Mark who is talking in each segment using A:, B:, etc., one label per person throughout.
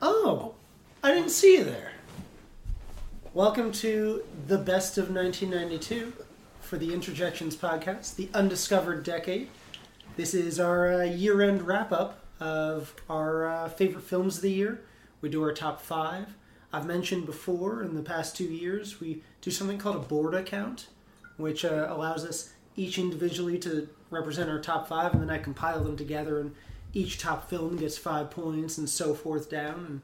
A: Oh, didn't see you there. Welcome to the best of 1992 for the Interjections podcast, the undiscovered decade. This is our uh, year end wrap up of our uh, favorite films of the year. We do our top five. I've mentioned before in the past two years, we do something called a board account, which uh, allows us each individually to represent our top five, and then I compile them together, and each top film gets five points, and so forth down. And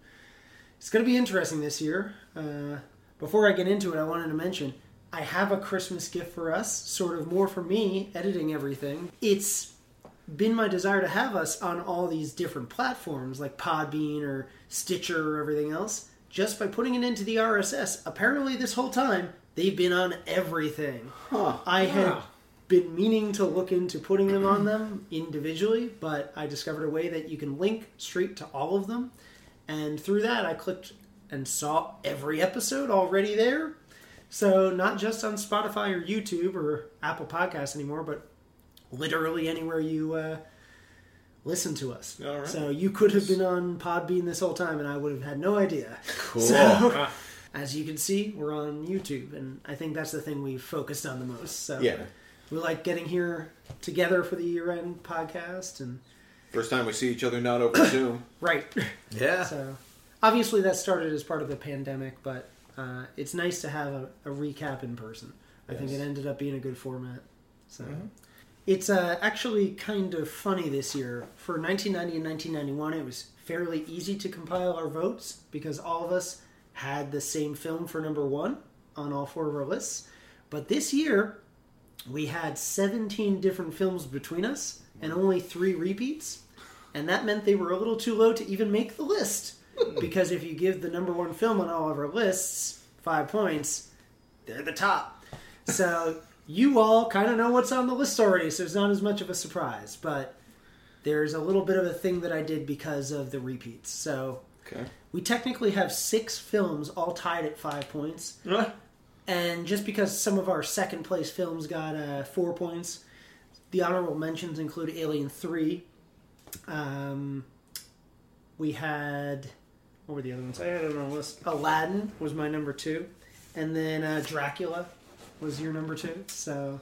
A: it's going to be interesting this year. Uh, before I get into it, I wanted to mention I have a Christmas gift for us, sort of more for me, editing everything. It's been my desire to have us on all these different platforms like Podbean or Stitcher or everything else. Just by putting it into the RSS, apparently this whole time they've been on everything.
B: Huh.
A: I had
B: Yeah.
A: been meaning to look into putting them on them individually, but I discovered a way that you can link straight to all of them. And through that, I clicked and saw every episode already there. So, not just on Spotify or YouTube or Apple Podcasts anymore, but literally anywhere you uh, listen to us.
B: All right.
A: So, you could have been on Podbean this whole time, and I would have had no idea.
B: Cool.
A: So- as you can see, we're on YouTube, and I think that's the thing we focused on the most. So
B: Yeah.
A: we like getting here together for the year-end podcast, and
B: First time we see each other not over Zoom.
A: right.
C: Yeah.
A: so obviously that started as part of the pandemic, but uh, it's nice to have a, a recap in person. I think it
B: Yes.
A: ended up being a good format. So it's uh, actually kind of funny this year. For 1990 and 1991, it was fairly easy to compile our votes because all of us had the same film for number one on all four of our lists. But this year, we had 17 different films between us and only three repeats. And that meant they were a little too low to even make the list. because if you give the number one film on all of our lists five points, they're the top. So you all kind of know what's on the list already, so it's not as much of a surprise. But there's a little bit of a thing that I did because of the repeats. So
B: Okay.
A: we technically have six films all tied at five points. And just because some of our second place films got uh, four points, the honorable mentions include Alien 3. Um, we had. What were the other ones? I had it on a list. Aladdin was my number two. And then uh, Dracula was your number two. So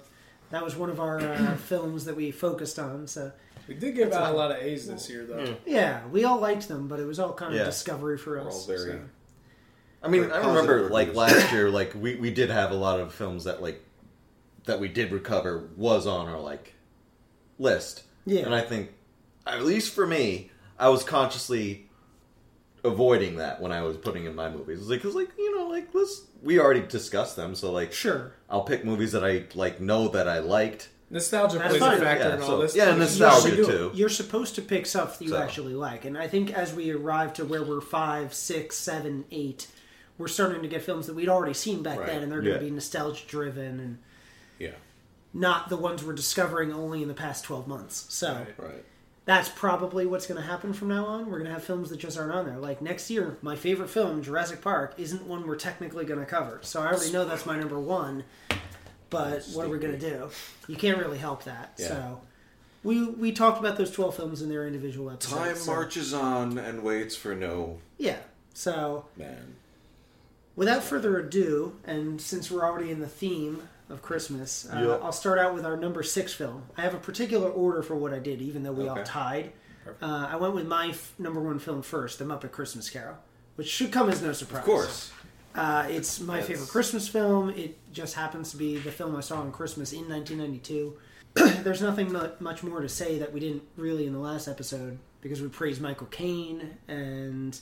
A: that was one of our uh, films that we focused on. So,
D: We did give out a lot of A's this year, though.
A: yeah, we all liked them, but it was all kind of
C: Yeah.
A: discovery for us.
B: We're all very.
A: so.
C: I mean,
B: Very
C: I remember
B: positive
C: like
B: reviews.
C: last year, like we, we did have a lot of films that like that we did recover was on our like list.
A: Yeah.
C: And I think at least for me, I was consciously avoiding that when I was putting in my movies. It was like, cause like you know, like let's we already discussed them, so like
A: Sure.
C: I'll pick movies that I like know that I liked.
D: Nostalgia
A: That's
D: plays
A: fine.
D: a factor
C: Yeah,
D: in all
C: so-
D: this.
C: yeah,
D: Like,
C: nostalgia
D: you should do
C: too.
A: You're supposed to pick stuff that you
C: So.
A: actually like, and I think as we arrive to where we're five, six, seven, eight, we're starting to get films that we'd already seen back
B: Right.
A: then, and they're going
C: Yeah.
A: to be nostalgia driven and
B: Yeah.
A: not the ones we're discovering only in the past twelve months. So
D: Right.
B: Right.
A: that's probably what's going to happen from now on. We're going to have films that just aren't on there. Like next year, my favorite film, Jurassic Park, isn't one we're technically going to cover. So I already know that's my number one. But what are we going to do? You can't really help that.
B: Yeah.
A: So we we talked about those twelve films in their individual episodes.
B: Time
A: so-
B: marches on and waits for no
A: Yeah. So
B: man.
A: without further ado, and since we're already in the theme of Christmas, uh,
C: Yep.
A: I'll start out with our number six film. I have a particular order for what I did, even though we all
B: Okay.
A: tied. Uh, I went with my f- number one film first, The Muppet Christmas Carol, which should come as no surprise.
B: Of course.
A: Uh, it's my favorite Christmas film. It just happens to be the film I saw on Christmas in 1992. There's nothing mu- much more to say that we didn't really in the last episode because we praised Michael Caine and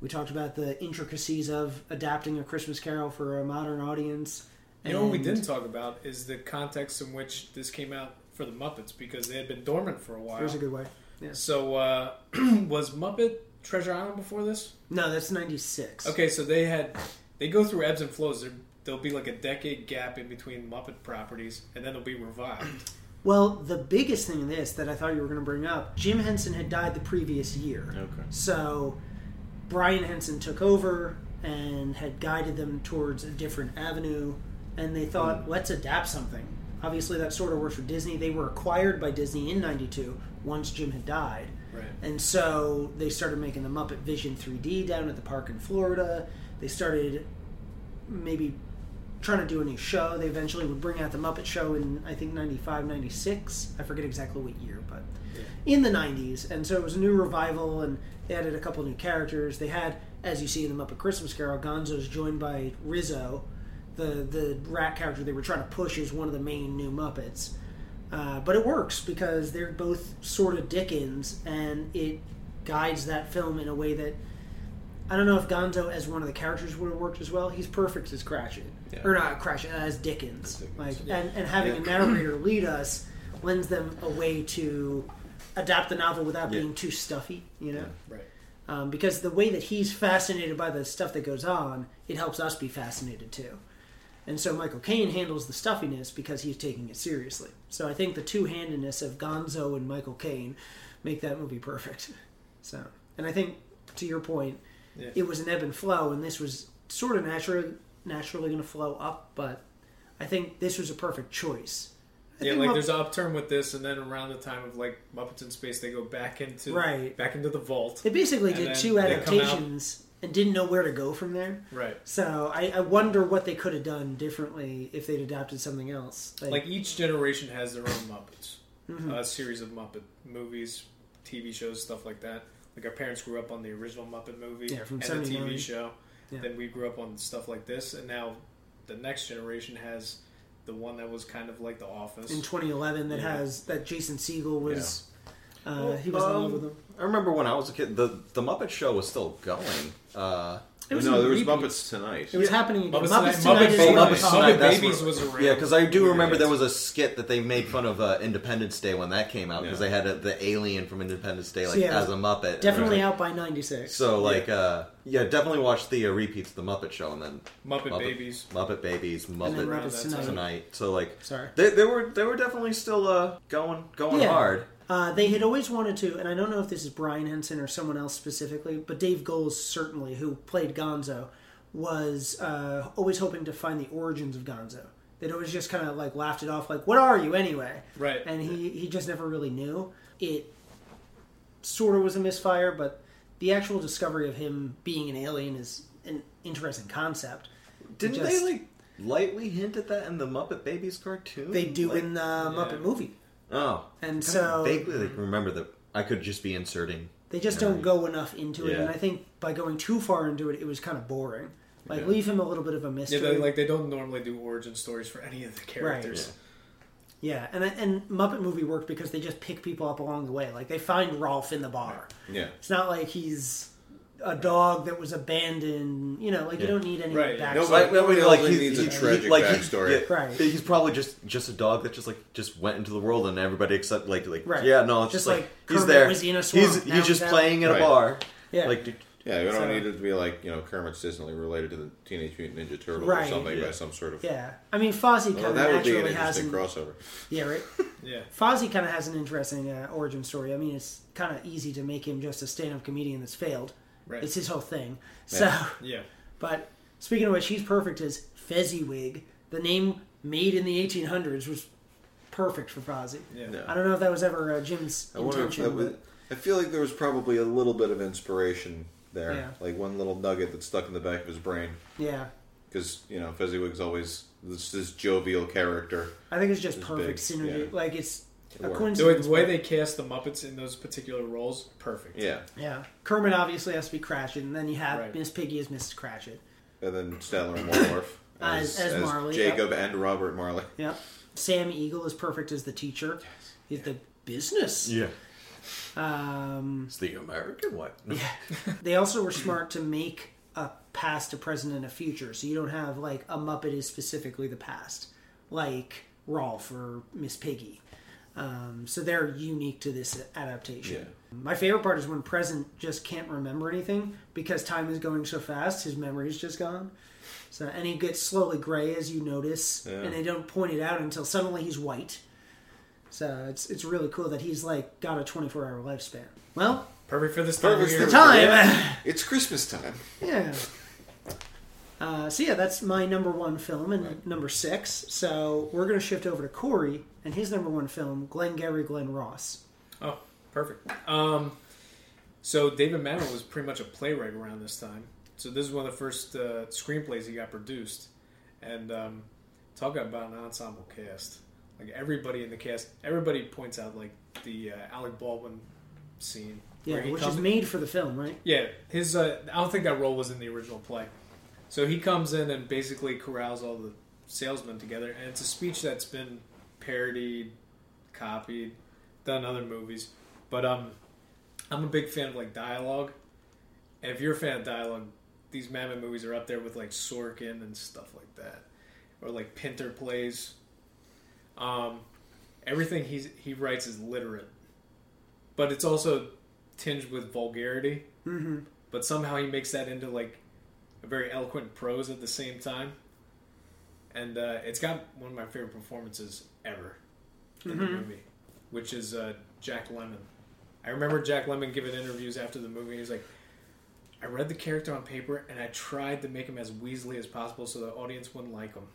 A: we talked about the intricacies of adapting a Christmas Carol for a modern audience.
D: You know what we
A: And-
D: didn't talk about is the context in which this came out for the Muppets because they had been dormant for a while.
A: There's a good way. Yes.
D: So uh, was Muppet Treasure Island before this?
A: No, that's 96.
D: Okay, so they had they go through ebbs and flows. There, there'll be like a decade gap in between Muppet properties, and then they'll be revived.
A: Well, the biggest thing in this that I thought you were going to bring up, Jim Henson had died the previous year.
B: Okay.
A: So Brian Henson took over and had guided them towards a different avenue, and they thought, let's adapt something Obviously, that sort of works for Disney. They were acquired by Disney in '92 once Jim had died,
D: Right.
A: and so they started making the Muppet Vision 3D down at the park in Florida. They started maybe trying to do a new show. They eventually would bring out the Muppet Show in I think 95, 96. I forget exactly what year, but in the 90s. And so it was a new revival and they added a couple new characters. They had as you see in the Muppet Christmas Carol, Gonzo's joined by Rizzo. The the rat character they were trying to push is one of the main new Muppets. Uh, but it works because they're both sort of Dickens, and it guides that film in a way that I don't know if Gonzo as one of the characters would have worked as well. He's perfect as Cratchit,
B: Yeah.
A: or not Cratchit as Dickens.
B: Dickens.
A: Like and, and having a narrator lead us lends them a way to adapt the novel without
C: Yeah.
A: being too stuffy. You know
D: Right.
A: um, because the way that he's fascinated by the stuff that goes on, it helps us be fascinated too. And so Michael Caine handles the stuffiness because he's taking it seriously. So I think the two-handedness of Gonzo and Michael Caine make that movie perfect. So, and I think to your point,
D: Yeah.
A: it was an ebb and flow, and this was sort of naturally naturally going to flow up, but I think this was a perfect choice. I
D: Yeah,
A: think
D: like
A: Mupp-
D: there's an upturn with this, and then around the time of like Muppets in Space, they go back into
A: Right.
D: back into the vault.
A: they basically
D: and
A: did
D: then
A: two
D: they come out-
A: adaptations and didn't know where to go from there.
D: Right.
A: So I, I wonder what they could have done differently if they'd adapted something else.
D: Like each generation has their own Muppets,
A: Mm-hmm.
D: a series of Muppet movies, TV shows, stuff like that. Like our parents grew up on the original Muppet movie
A: Yeah, from
D: and the
A: 79.
D: TV show.
A: Yeah.
D: Then we grew up on stuff like this, and now the next generation has the one that was kind of like The Office.
A: in 2011, that
D: Yeah.
A: has that Jason Siegel was uh,
C: Well,
A: he was in love
C: um,
A: with him.
C: I remember when I was a kid, the the Muppet Show was still going. Uh,
A: It was
B: no,
A: in
B: there was
A: repeats.
B: Muppets tonight.
A: It was happening again.
D: Muppets
A: Muppets Tonight,
D: Tonight- Muppet
A: is
D: Babies.
A: going
C: Muppets
A: on.
C: Tonight.
D: Muppet
C: that's
D: Babies
C: where-
D: was around.
C: yeah, because I do
D: Yeah.
C: remember there was a skit that they made fun of uh, Independence Day when that came out because
B: Yeah.
C: they had a, the alien from Independence Day like
A: So, yeah,
C: as a Muppet.
A: Definitely
C: Right.
A: out by 96.
C: So like yeah. uh yeah, definitely watch the uh, repeats of the Muppet Show and then
D: Muppet Babies.
C: Muppet Babies,
A: and then
C: Muppet
A: Muppets
D: Around that
A: Tonight.
D: time.
C: Tonight. So like
A: Sorry.
C: they, they were they were definitely still uh going going
A: Yeah.
C: hard.
A: Uh, they had always wanted to, and I don't know if this is Brian Henson or someone else specifically, but Dave Goles certainly, who played Gonzo, was uh, always hoping to find the origins of Gonzo. They'd always just kind of like laughed it off, like, "What are you anyway?"
D: Right.
A: And he he just never really knew. It sort of was a misfire, but the actual discovery of him being an alien is an interesting concept.
C: Didn't
A: just-
C: they like lightly hint at that in the Muppet Babies cartoon?
A: They do
C: Like-
A: in the Muppet
D: yeah.
A: movie,
C: Oh.
A: and
C: I
A: so
C: vaguely like, remember that I could just be inserting
A: They just
C: Yeah.
A: don't go enough into it,
C: Yeah.
A: and I think by going too far into it, it was kind of boring. Like
C: Yeah.
A: leave him a little bit of a
D: yeah,
A: mystery.
D: they, like they don't normally do origin stories for any of the characters.
A: Yeah, and and Muppet movie worked because they just pick people up along the way. Like they find Rolf in the bar.
B: Yeah.
A: It's not like he's a dog that was abandoned. You know, like you
C: Yeah.
A: don't need any
D: Right, yeah.
A: backstory.
B: Nobody-
C: Like, nobody
B: nobody
C: like
B: else
C: he,
B: needs a
C: he-
B: tragic
C: he, like, he-
B: backstory.
C: yeah,
A: Right.
C: He's probably just just a dog that just like just went into the world and everybody except like like
A: Right.
C: yeah no it's
A: Just
C: just like,
A: like
C: he's
A: Kermit
C: there
A: was in a swamp,
C: he's
A: now
C: he's
A: he's
C: just
A: out.
C: playing at
B: Right.
C: a bar
A: Yeah.
C: like dude,
B: Yeah, we don't
A: So-
B: need it to be like, you know, Kermit's distantly related to the Teenage Mutant Ninja Turtles
A: Right.
B: or something
C: Yeah.
B: by some sort of.
A: yeah, I mean Fozzie kind
B: Although
A: of
B: that would be an
A: naturally has
B: interesting
A: an
B: crossover.
A: yeah right.
D: Yeah.
A: Fozzie kind of has an interesting uh, origin story. I mean, it's kind of easy to make him just a stand-up comedian that's failed.
D: Right.
A: It's his whole thing.
B: Yeah.
A: So.
D: yeah.
A: But speaking of which, he's perfect as Fezziwig. The name made in the 1800s was perfect for Fozzie.
D: Yeah.
B: No.
A: I don't know if that was ever uh, Jim's
B: I wonder if
A: intention.
B: that was,
A: but-
B: I feel like there was probably a little bit of inspiration there,
A: Yeah.
B: like one little nugget that's stuck in the back of his brain,
A: yeah,
B: because you know Fezziwig's always this, this jovial character.
A: I think it's just
B: It's
A: perfect
B: big,
A: synergy.
B: yeah.
A: Like it's
B: It
A: a
B: worked.
D: The,
A: coincidence.
D: the way
A: but-
D: they cast the Muppets in those particular roles, perfect.
B: Yeah,
A: yeah, Kermit obviously has to be Cratchit, and then you have
D: Right.
A: Miss Piggy as Mrs. Cratchit.
B: and then Statler and Waldorf
A: As- as Marley,
B: Jacob and Robert Marley.
A: Yep. Sam Eagle is perfect as the teacher. He's the business.
C: yeah
A: Um,
C: it's the American one
A: They also were smart to make a past, a present, and a future. So you don't have like a Muppet is specifically the past, like Rolf or Miss Piggy. Um, so they're unique to this adaptation. My favorite part is when present just can't remember anything because time is going so fast, his memory's just gone. So and he gets slowly gray as you notice,
B: Yeah.
A: and they don't point it out until suddenly he's white. So it's it's really cool that he's like got a 24 hour lifespan. Well,
D: Perfect for this time.
B: Perfect
D: of
B: for
D: year.
B: the
A: time.
B: It's Christmas time.
A: Yeah. Uh, so yeah, that's my number one film and number six. So we're gonna shift over to Corey and his number one film, Glengarry Glen Ross.
D: Oh, perfect. Um, so David Mamet was pretty much a playwright around this time. So this is one of the first uh, screenplays he got produced, and um, talk about an ensemble cast. Like everybody in the cast, everybody points out like the uh, Alec Baldwin scene.
A: Yeah,
D: where he
A: which
D: comes-
A: is made for the film, right?
D: yeah, his. Uh, I don't think that role was in the original play. So he comes in and basically corrals all the salesmen together, and it's a speech that's been parodied, copied, done in other movies. But um, I'm a big fan of like dialogue. And if you're a fan of dialogue, these Mammoth movies are up there with like Sorkin and stuff like that, or like Pinter plays. Um, everything he's he writes is literate, but it's also tinged with vulgarity
A: hmm
D: but somehow he makes that into like a very eloquent prose at the same time. And uh, it's got one of my favorite performances ever in the
A: Mhm.
D: movie, which is uh, Jack Lemon. I remember Jack Lemon giving interviews after the movie. He's like, I read the character on paper and I tried to make him as Weasley as possible so the audience wouldn't like him.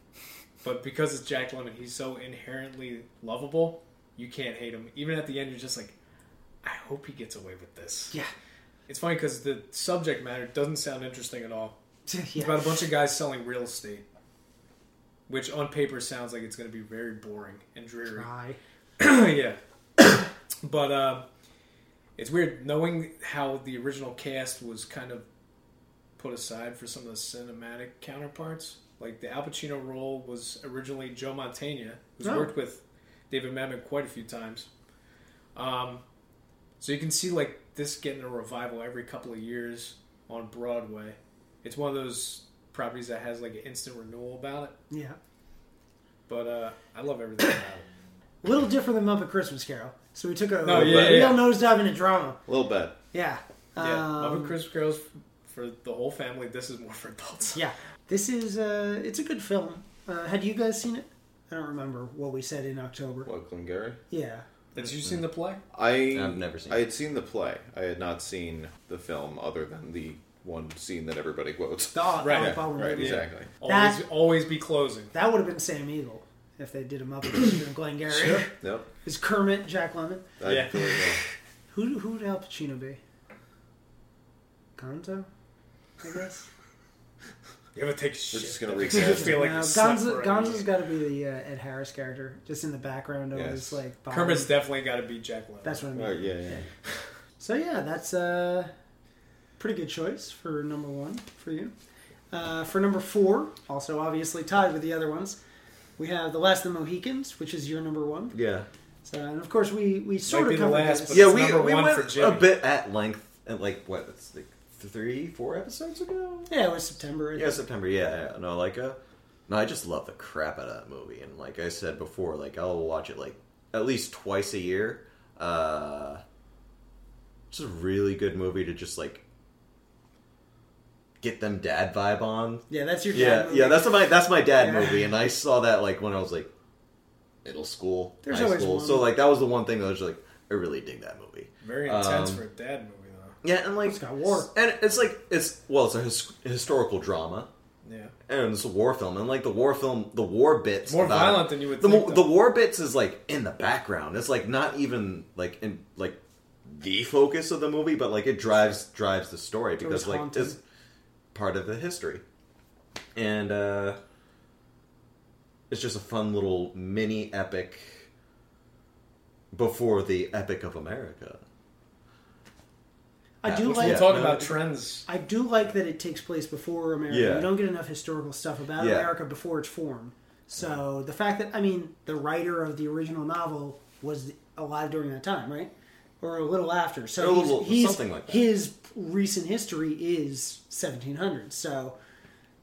D: But because it's Jack Lemon, he's so inherently lovable, you can't hate him. Even at the end, you're just like, I hope he gets away with this.
A: Yeah.
D: It's funny because the subject matter doesn't sound interesting at all. It's
A: yeah.
D: about a bunch of guys selling real estate, which on paper sounds like it's going to be very boring and dreary.
A: Try.
D: yeah. but uh, it's weird knowing how the original cast was kind of put aside for some of the cinematic counterparts. Like the Al Pacino role was originally Joe Montana, who's
A: Oh.
D: worked with David Mamet quite a few times. Um, so you can see like this getting a revival every couple of years on Broadway. It's one of those properties that has like an instant renewal about it.
A: Yeah.
D: But uh, I love everything about it.
A: A little different than Muppet Christmas Carol. So we took a
D: No,
B: yeah,
A: real
D: Oh, yeah.
A: nosedive into drama.
B: A little bit.
A: Yeah.
D: Yeah,
A: Um,
D: Muppet Christmas Carol's f- for the whole family. This is more for adults.
A: Yeah, this is uh, it's a good film. Uh, had you guys seen it? I don't remember what we said in October.
B: What, Glengarry?
A: Yeah,
D: Did you seen the play?
B: I
C: I've never seen
B: I
C: it.
B: had seen the play. I had not seen the film other than the one scene that everybody quotes.
A: the Alec
D: Right,
B: yeah,
A: Baldwin
B: right,
A: movie.
B: exactly.
D: Always, always be closing.
A: That would have been Sam Eagle if they did him up with Glenn Gary. Sure.
B: Nope.
A: Is Kermit Jack Lemmon?
B: I
D: Yeah.
B: feel like,
A: Who who would Al Pacino be? Gonzo, I guess.
D: You ever take
B: We're
D: shit.
B: just gonna
D: Just
B: recast
D: feel like
A: No,
D: you slept
A: Gonzo,
D: for a
A: Gonzo's
D: week.
A: got to be the uh, Ed Harris character, just in the background of
B: Yes.
A: his like. body.
D: Kermit's definitely got to be Jack Lemmon.
A: That's what I
B: no.
A: mean.
B: Oh, yeah, yeah.
A: So yeah, that's a pretty good choice for number one for you. Uh, for number four, also obviously tied with the other ones, we have the Last of the Mohicans, which is your number one.
C: Yeah.
A: So, and of course, we we sort
D: Might
A: of
D: be the
A: covered
D: last,
A: this.
D: but-
C: yeah,
D: it's
C: we,
D: number
C: we
D: one
C: went
D: for
C: a
D: Jimmy.
C: bit at length at like what? It's like three, four episodes ago.
A: yeah, it was September. I
C: Yeah,
A: think.
C: September. Yeah, yeah. no, like uh, no, I just love the crap out of that movie, and like I said before, like I'll watch it like at least twice a year. Uh, it's a really good movie to just like get them dad vibe on.
A: Yeah, that's your
C: Yeah,
A: dad movie.
C: yeah, that's my that's my dad
A: Yeah.
C: movie, and I saw that like when I was like middle school,
A: There's
C: high
A: always
C: school.
A: one.
C: So like that was the one thing that I was like, I really dig that movie.
D: Very intense
C: Um,
D: for a dad movie, though.
C: Yeah, and like
A: It's got war.
C: and it's like it's well, it's a his, historical drama
D: Yeah.
C: and it's a war film, and like the war film, the war bits
D: More
C: about-
D: violent than you would
C: the
D: think,
C: mo-
D: though.
C: the war bits is like in the background. It's like not even like in like the focus of the movie, but like it drives drives the story
A: always
C: because like
A: haunting.
C: it's part of the history, and uh it's just a fun little mini epic before the epic of America.
A: I do
C: Yeah.
A: like.
D: We're talking
C: no,
D: about
C: it-
D: trends.
A: I do like that it takes place before America.
C: Yeah.
A: We don't get enough historical stuff about
C: Yeah.
A: America before it's formed. So the fact that I mean, the writer of the original novel was alive during that time, right? Or a little after. So
C: A
A: he's-
C: little-
A: he's-
C: something like that.
A: his recent history is 1700. So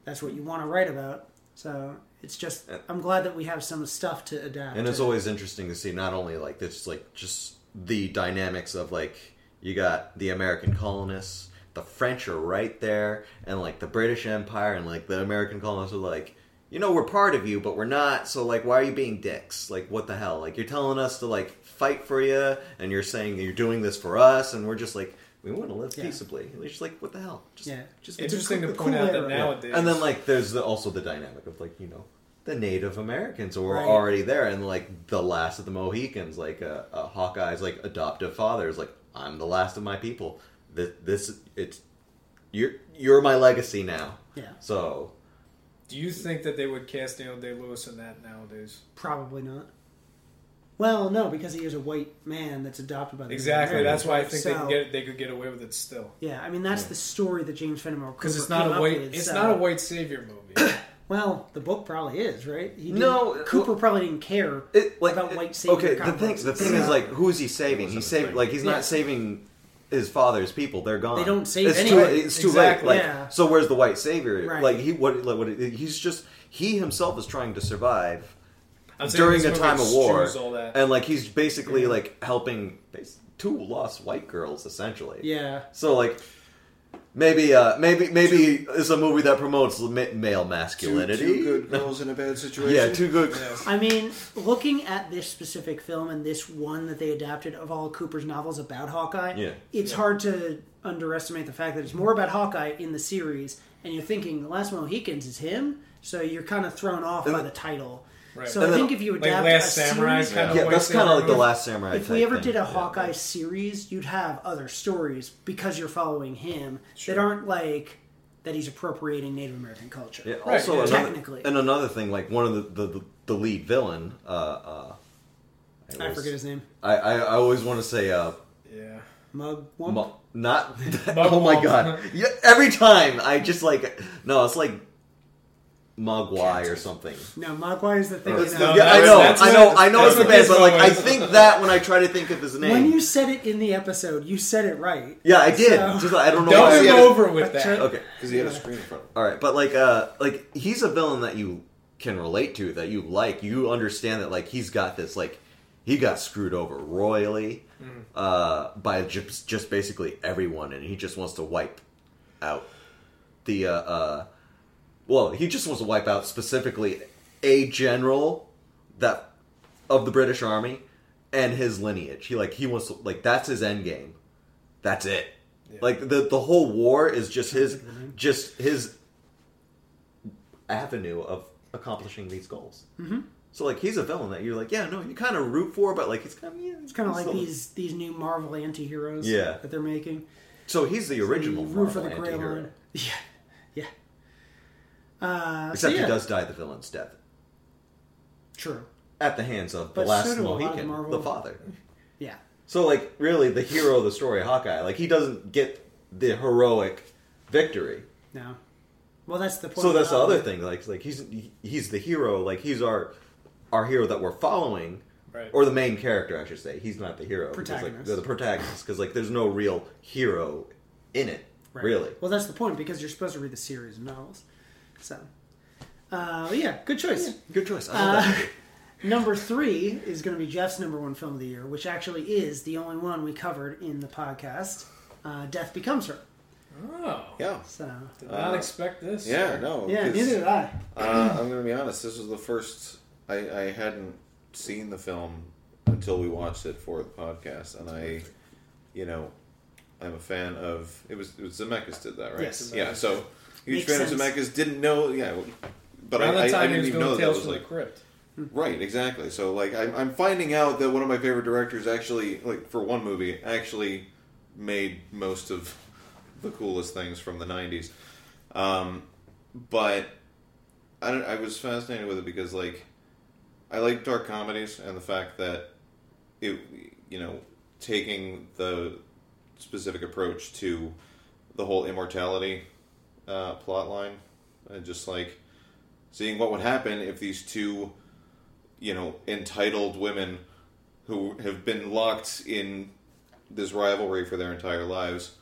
A: that's what you want to write about. So it's just I'm glad that we have some stuff to adapt.
C: and it's
A: to.
C: always interesting to see not only like this like just the dynamics of like you got the american colonists the french are right there and like the british empire and like the american colonists are like you know we're part of you but we're not so like why are you being dicks like what the hell like you're telling us to like fight for you and you're saying that you're doing this for us and we're just like we want to live
A: Yeah.
C: peaceably. And you're just like, what the hell? Just,
A: Yeah.
C: just
A: It's
D: Interesting
A: cool-
D: to
A: a
D: point
A: cool
D: out
A: era.
D: that nowadays,
C: and then like there's the, also the dynamic of like you know the Native Americans who are
A: Right.
C: already there, and like the last of the Mohicans, like uh, uh, Hawkeye's like adoptive father is like I'm the last of my people. This, this it's you're you're my legacy now.
A: Yeah,
C: So
D: do you think that they would cast Daniel Day Lewis in that nowadays?
C: Mm-hmm.
A: probably not. Well, no, because he is a white man that's adopted by the
D: Exactly.
A: Native
D: That's why I
A: Americans,
D: think
A: so-
D: they can get they could get away with it still
A: Yeah, I mean that's the story that James Fenimore
D: because it's
A: Cooper
D: not
A: came
D: a
A: up
D: white
A: with,
D: it's
A: so-
D: not a white savior movie.
A: Well, the book probably is, right? He didn't-
C: No,
D: uh,
C: it-
A: Cooper probably didn't care
C: it like
A: about
C: it-
A: white savior
C: okay. The thing
A: complexes.
C: the thing is
A: So-
C: like who's he saving?
B: Wasn't
C: He's
B: a
C: saving
B: thing.
C: like he's
A: Yeah.
C: not saving his father's people. They're gone.
A: They don't save
C: it's
A: anybody.
C: Too, it's too
D: Exactly.
C: late. Like
A: Yeah.
C: so, where's the white savior?
A: Right.
C: Like he what like what he's just he himself is trying to survive.
D: I'm saying
C: during
D: this
C: a
D: movie
C: time of war,
D: eschews All that.
C: and like he's basically like helping bas- two lost white girls essentially.
A: yeah,
C: So like maybe uh maybe maybe it's a movie that promotes ma- male
B: Two,
C: masculinity.
B: two good girls in a bad situation.
C: yeah, two good.
D: Yeah.
A: I mean, looking at this specific film and this one that they adapted of all Cooper's novels about Hawkeye,
C: Yeah.
A: it's
D: Yeah.
A: hard to underestimate the fact that it's more about Hawkeye in the series, and you're thinking the last Mohicans is him, so you're kind of thrown off by the title.
D: Right.
A: So
C: And
A: I
C: then-
A: think if you
D: Like
A: adapt a
D: Last Samurai
A: series,
D: kind of
C: Yeah,
D: white
C: that's kind of like the
D: samurai.
C: last samurai.
A: if
C: type
A: we ever
C: thing.
A: did a
C: Yeah.
A: Hawkeye series, you'd have other stories because you're following him
D: Sure.
A: that aren't like that he's appropriating Native American culture.
C: Yeah,
D: Right,
C: also
D: yeah.
C: another,
A: Technically.
C: and another thing, like one of the the, the, the lead villain. Uh, uh,
A: I
C: always-
A: forget his name.
C: I, I, I always want to say uh,
D: Yeah.
A: Mug Wump?
C: mu- not. oh
D: Mugwump.
C: my god! Yeah, every time I just like no, it's like Mogwai or something.
A: No, Mogwai is the thing.
C: It's
A: in,
D: No,
C: the-
A: uh,
C: yeah, I
D: that's-
C: know,
D: that's
C: I know,
D: what-
C: I know
D: that's
C: it's the
D: what
C: band, but like I
D: Gizmo is.
C: think that when I try to think of his name,
A: when you said it in the episode, you said it right.
C: yeah, I did.
A: So-
C: Just I don't know.
D: Dump
C: Why
D: him
B: yeah.
D: over with that. Oh.
C: Okay,
B: Because he had a screen in front of him.
C: all right, but like, uh, like he's a villain that you can relate to, that you like. You understand that like he's got this like he got screwed over royally uh, by just, just basically everyone, and he just wants to wipe out the uh, uh, well, he just wants to wipe out specifically a general that of the British Army and his lineage. He like he wants to, like that's his end game. That's it.
D: Yeah.
C: Like the the whole war is just his just his avenue of accomplishing these goals. Mm-hmm. So like he's a villain that you're like yeah no you kind of root for but like he's kind of yeah
A: It's kind of like these these new Marvel anti-heroes
C: Yeah.
A: that they're making.
C: so he's the original
A: You root for the
C: Marvel
A: gray
C: anti-hero.
A: line. Yeah, yeah. Uh, so
C: except
A: yeah,
C: he does die the villain's death
A: True.
C: at the hands of the
A: But so
C: last
A: do a lot of
C: Mohican
A: Marvel-
C: the father.
A: Yeah.
C: So like really the hero of the story, Hawkeye, like he doesn't get the heroic victory.
A: No. Well, that's the point.
C: So that's the
A: about-
C: other thing. Like like he's he's the hero. Like he's our our hero that we're following,
D: Right.
C: or the main character, I should say. He's not the hero. because,
A: Protagonist.
C: Like, the protagonist, because like there's no real hero in it,
A: Right.
C: really.
A: Well, that's the point because you're supposed to read the series of novels. So, uh, yeah, good choice.
C: Good choice. I love
A: Uh,
C: that movie.
A: Number three is going to be Jeff's number one film of the year, which actually is the only one we covered in the podcast. Uh, Death Becomes Her.
D: Oh.
B: Yeah.
A: So,
D: Did not
B: Uh,
D: expect this.
B: Yeah, no.
A: yeah,
B: 'cause-
A: neither did I.
B: Uh, I'm gonna be honest. This was the first I, I hadn't seen the film until we watched it for the podcast, and I, you know, I'm a fan of it was it was Zemeckis did that right?
A: Yes.
B: Yeah. So huge
A: Makes
B: fan of
A: sense.
B: Zemeckis. Didn't know. Yeah. But
D: Around
B: I,
D: the
B: I,
D: time
B: I
D: he
B: didn't
D: was
B: even
D: doing
B: know that
D: Tales
B: was
D: from
B: like
D: the Crypt.
B: right. Exactly. So like I'm I'm finding out that one of my favorite directors actually like for one movie actually made most of the coolest things from the '90s. Um, but I, don't- I was fascinated with it because like I like dark comedies and the fact that it you know taking the specific approach to the whole immortality uh, plot line and just like seeing what would happen if these two you know entitled women who have been locked in this rivalry for their entire lives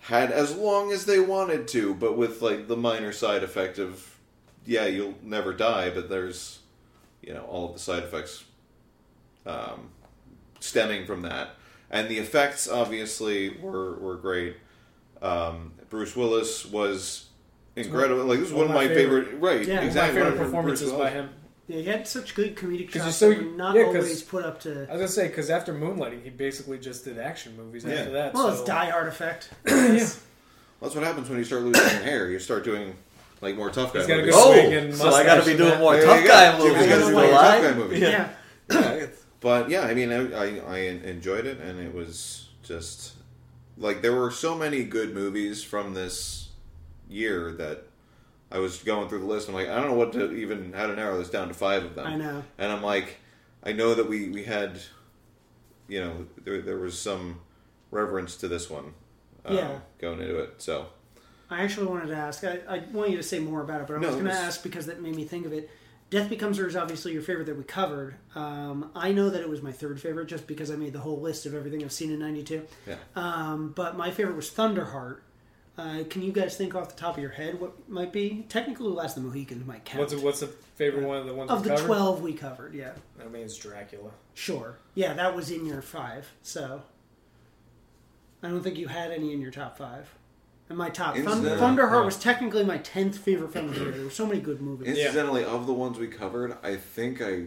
B: had as long as they wanted to, but with like the minor side effect of, yeah, you'll never die, but there's, you know, all of the side effects um, stemming from that, and the effects obviously were were great. Um, Bruce Willis was incredible. Like this is
D: one
B: one
D: of
B: of my
D: my
B: favorite,
A: Yeah, one
B: right?
A: of my
D: My
B: exactly.
D: favorite
B: one of Bruce
D: performances by
B: Willis.
D: him.
A: Yeah, he had such good comedic
D: 'Cause
A: chops
D: you're so-
A: that were not
D: yeah, 'cause-
A: always put up
D: I
A: to.
D: was gonna say because after Moonlighting, he basically just did action movies
B: Yeah.
D: after that.
A: Well,
D: so.
A: it's Die Hard effect.
D: yeah.
B: That's what happens when you start losing your hair. You start doing like more tough guy
D: He's gotta
B: movies.
D: go
C: Oh,
D: swing and
C: so I
D: mustache
C: gotta be
D: and
C: doing
D: that.
C: more
B: There
C: tough
B: you go.
C: guy
B: Jim's
C: movies.
A: gotta
C: Is
A: do
C: it
A: more
C: a
A: tough
C: lie?
B: guy movies.
A: Yeah.
C: Yeah. Yeah.
B: But yeah, I mean, I, I I enjoyed it, and it was just like there were so many good movies from this year that I was going through the list. and I'm like, I don't know what to even how to narrow this down to five of them.
A: I know.
B: and I'm like, I know that we we had, you know, there there was some reverence to this one, uh,
A: Yeah.
B: going into it. So
A: I actually wanted to ask. I, I want you to say more about it, but I
B: No,
A: was going to
B: it's-
A: ask because that made me think of it. Death Becomes Her is obviously your favorite that we covered. Um, I know that it was my third favorite just because I made the whole list of everything I've seen in '92.
B: yeah,
C: Uh,
A: Um, but my favorite was Thunderheart. Uh, can you guys think off the top of your head what might be? Technically, Last of the Mohicans might count.
D: What's what's the favorite one of the ones
A: of
D: we
A: the
D: covered?
A: twelve we covered, yeah,
D: I mean, it's Dracula.
A: sure, yeah, that was in your five. So I don't think you had any in your top five. And my top Thun-
B: Incidentally,
A: Thunderheart
D: no.
A: was technically my tenth favorite film of the year. There were so many good movies.
B: incidentally, of the ones we covered, I think I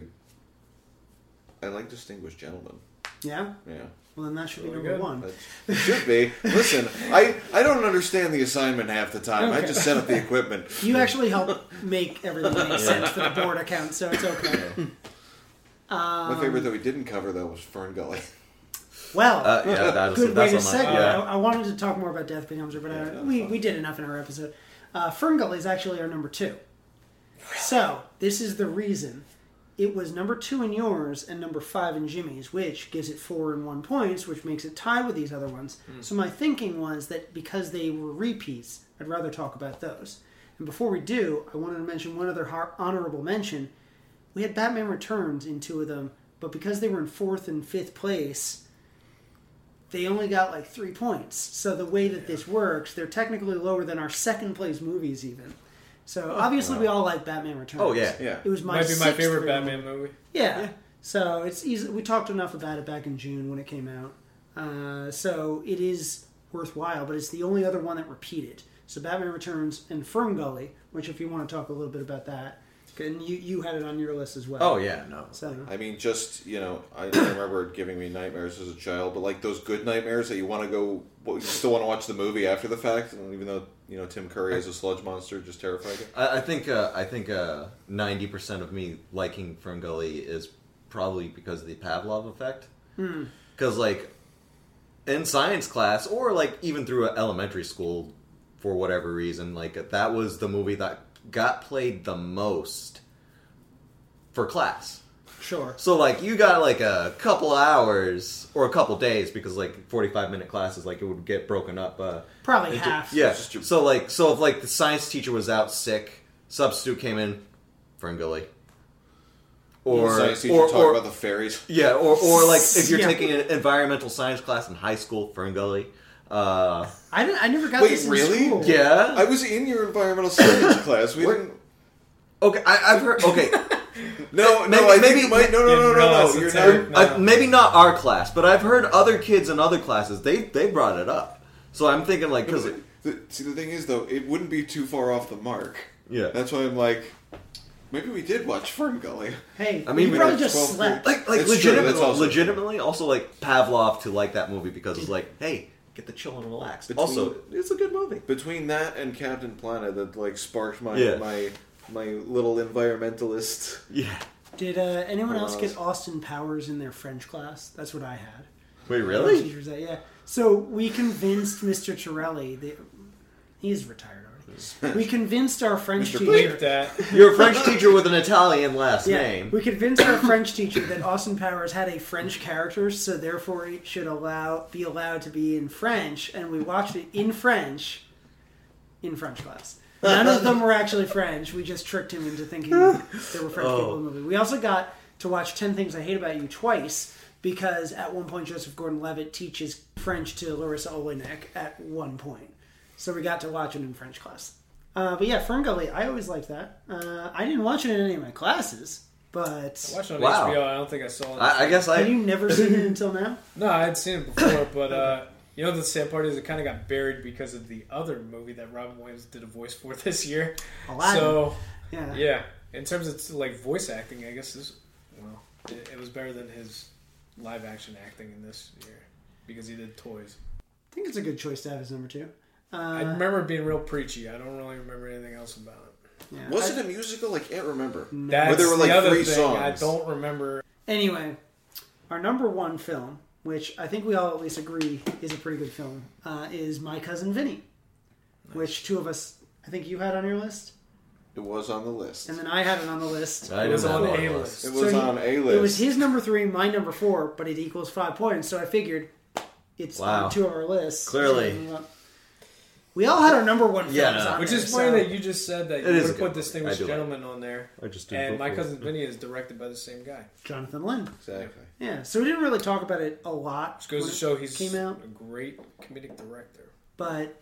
B: I like Distinguished Gentlemen.
A: yeah,
B: Yeah.
A: well then that should be
D: Really
A: number
D: good.
A: one.
B: That should be. Listen, I, I don't understand the assignment half the time. I just set up the equipment.
A: You actually help make everything make sense for the board account, so it's okay.
B: My
C: Um,
B: favorite that we didn't cover though was Fern Gully.
A: Well,
C: Uh, yeah, that's-
A: good
C: that's
A: way to
C: on my-
A: segue.
C: yeah.
A: I, I wanted to talk more about Death Becomes Her, but
B: Yeah,
A: I,
B: that's
A: we,
B: fine.
A: we did enough in our episode. Uh, Ferngully is actually our number two. So, this is the reason. It was number two in yours and number five in Jimmy's, which gives it four and one points, which makes it tie with these other ones.
C: Hmm.
A: So, my thinking was that because they were repeats, I'd rather talk about those. And before we do, I wanted to mention one other har- honorable mention. We had Batman Returns in two of them, but because they were in fourth and fifth place, they only got like three points. So the way that this works, they're technically lower than our second place movies even. So obviously we all like Batman Returns.
C: Oh, yeah.
B: Yeah.
A: It was my
D: Might be my
A: sixth
D: favorite Batman movie.
A: Yeah. So it's easy. We talked enough about it back in June when it came out. Uh, so it is worthwhile, but it's the only other one that repeated. So Batman Returns and Firm Gully, which if you want to talk a little bit about that, and you you had it on your list as well.
C: Oh yeah, no.
A: So
B: I mean, just you know, I, I remember it giving me nightmares as a child, but like those good nightmares that you want to go, well, you still want to watch the movie after the fact, and even though you know Tim Curry as a sludge monster just terrified you.
C: I, I think uh, I think ninety percent of me liking Fern Gully is probably because of the Pavlov effect. Because like in science class, or like even through a elementary school, for whatever reason, like that was the movie that got played the most for class.
A: sure.
C: So like you got like a couple hours or a couple days because like forty five minute classes like it would get broken up. Uh,
A: Probably half.
C: yeah.
B: just your-
C: So like so if like the science teacher was out sick, substitute came in, Ferngully. Or
B: Science teacher
C: or,
B: talk
C: or
B: about the fairies.
C: yeah, or, or like if you're
A: Yeah.
C: taking an environmental science class in high school, Ferngully. Uh,
A: I didn't. I never got
B: Wait,
A: this in
B: really?
A: school.
C: yeah.
B: I was in your environmental science class. We
C: What?
B: didn't.
C: okay, I, I've heard. Okay,
B: No,
C: Maybe-
B: no, I
C: maybe-
B: think my, no, no,
D: Didn't
B: no, no,
D: realize
B: no. You're
D: it's
B: not.
D: her.
C: Uh,
D: No.
C: maybe not our class, but I've heard other kids in other classes they they brought it up. So I'm thinking like because
B: The, see, the thing is, though, it wouldn't be too far off the mark.
C: Yeah.
B: That's why I'm like, maybe we did watch Fern Gully.
A: Hey,
C: I mean,
A: you
C: we
A: probably
B: had
A: just
B: 12
A: slept.
C: like like
B: That's true,
C: legitimately
B: that's also-
C: legitimately also like Pavlov to like that movie because it's like hey get the chill and relax.
B: Between-
C: also, it's a good movie.
B: Between that and Captain Planet, that like sparked my
C: Yeah.
B: my my little environmentalist.
C: Yeah.
A: Did uh, anyone
B: Oh,
A: else
B: that
A: get
B: was-
A: Austin Powers in their French class? That's what I had.
C: Wait,
A: My teacher was like, yeah. So we convinced Mr. Torelli that he's retired already. We convinced our French
B: Mr.
A: teacher.
D: Bleep that.
C: You're a French teacher with an Italian last
A: Yeah,
C: name.
A: we convinced our French teacher that Austin Powers had a French character, so therefore it should allow be allowed to be in French, and we watched it in French, in French class. None of them were actually French. We just tricked him into thinking there were French people in the movie. We also got to watch Ten Things I Hate About You twice because at one point Joseph Gordon-Levitt teaches French to Larissa Olenek at one point, so we got to watch it in French class. Uh, but yeah, Ferngully, I always liked that. Uh, I didn't watch it in any of my classes, but
D: I watched it on
C: Wow.
D: HBO. I don't think I saw it.
C: I, I guess
A: have you
C: I.
A: never seen it until now?
D: No, I had seen it before, but uh, you know the sad part is it kind of got buried because of the other movie that Robin Williams did a voice for this year.
A: Aladdin.
D: So
A: Yeah.
D: yeah, In terms of like voice acting, I guess this well, it, it was better than his live action acting in this year because he did toys.
A: I think it's a good choice to have as number two. Uh,
D: I remember it being real preachy. I don't really remember anything else about it.
A: yeah.
B: Was it a musical? I can't remember.
A: Mm.
D: That's
B: But there were, like,
D: the other
B: three
D: thing. I
B: songs.
D: don't remember.
A: Anyway, our number one film, which I think we all at least agree is a pretty good film, uh, is My Cousin Vinny, which two of us, I think you had on your list,
B: It was on the list.
A: and then I had it on the list.
C: I
D: It was
C: didn't
D: on
C: have
D: a
C: one.
D: list.
B: It was
A: So he-
B: on a list.
A: It was his number three, my number four, but it equals five points, so I figured it's
C: Wow.
A: on two of our lists. uh,
C: Clearly.
A: We all had our number one films
C: Yeah,
A: on
D: Which
A: there,
D: is
A: so-
D: funny that you just said that
C: is
D: you would
C: a
D: have
C: good
D: put this
C: movie.
D: thing
C: I
D: with
C: do like it.
D: gentleman on there.
C: I just didn't
D: And
C: vote
D: my
C: for it.
D: cousin Vinny is directed by the same guy.
A: Jonathan Lynn.
B: exactly.
A: Yeah, so we didn't really talk about it a lot.
D: Which goes
A: when
D: to
A: it
D: show he's
A: came out,
D: a great comedic director.
A: but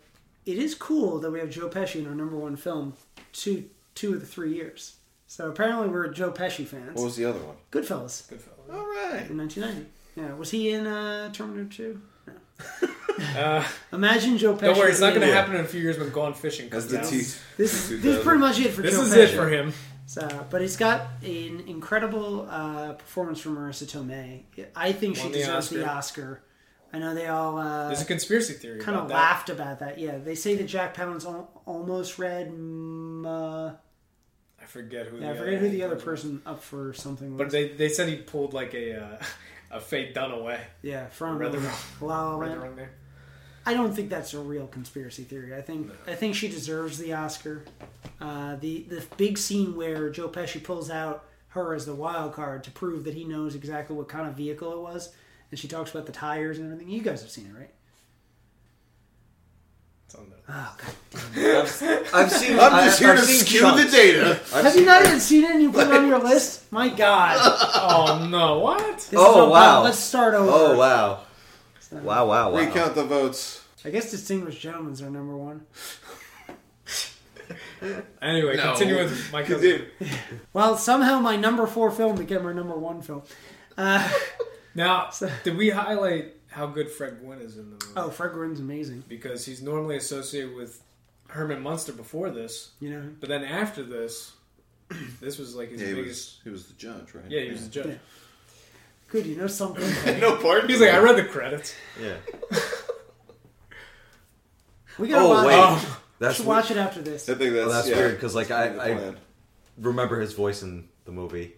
A: it is cool that we have Joe Pesci in our number one film two two of the three years. So apparently we're Joe Pesci fans.
B: What was the other one?
A: Goodfellas
D: Good fellow.
B: All right.
A: in 1990. Yeah, was he in uh, Terminator 2? Oh.
D: Uh,
A: Imagine Joe Pesci.
D: don't worry, it's not going to
A: in-
D: happen in a few years when Gone Fishing
B: That's
D: comes
B: the
D: out.
B: T.
A: This is, this is pretty much it for
D: This
A: Joe
D: is
A: Pesci.
D: it for him.
A: So, but he's got an incredible uh, performance from Marissa Tomei. I think she
D: Won the
A: deserves the Oscar. I know they all uh,
D: There's a conspiracy theory
A: kind of
D: about that.
A: laughed about that. Yeah, they say that Jack Palance al- almost read. mm, uh,
D: I forget who.
A: Yeah, I
D: the
A: forget
D: other
A: who the other person up for something
D: But
A: was.
D: they, they said he pulled like a uh, a fake Dunaway.
A: yeah, from
D: Rather wrong.
A: La La
D: Am I
A: Land.
D: wrong there?
A: I don't think that's a real conspiracy theory. I think I think she deserves the Oscar. Uh, the the big scene where Joe Pesci pulls out her as the wild card to prove that he knows exactly what kind of vehicle it was, and she talks about the tires and everything. You guys have seen it, right?
D: It's on the-
A: Oh God!
C: I've seen.
B: I'm just here to skew the data.
A: have you not even seen it? and You put it on your list? My God!
D: Oh no! What?
A: This is
C: Oh,
A: a-
C: wow.
A: Let's start over.
C: Oh wow! Wow! Wow! Wow!
B: Recount the votes.
A: I guess distinguished gentlemen's our number one.
D: Anyway,
B: No.
D: continue with my cousin.
A: Well, somehow my number four film became our number one film. Uh,
D: Now, did we highlight how good Fred Gwynn is in the movie?
A: oh, Fred Gwynn's amazing.
D: Because he's normally associated with Herman Munster before this,
A: You know,
D: but then after this, this was like his
B: Yeah, he
D: biggest.
B: was, he was the judge, right?
D: Yeah, he was a judge.
A: good. You know something.
B: no pardon.
D: He's like, I read the credits.
C: Yeah.
A: We gotta
C: Oh
A: watch.
C: wait,
A: It.
D: Oh.
A: We
C: that's
A: should
C: weird.
A: watch it after this.
B: I think that's,
C: Well, that's
B: yeah.
C: weird because like
B: That's the
C: I, I
B: plan.
C: remember his voice in the movie,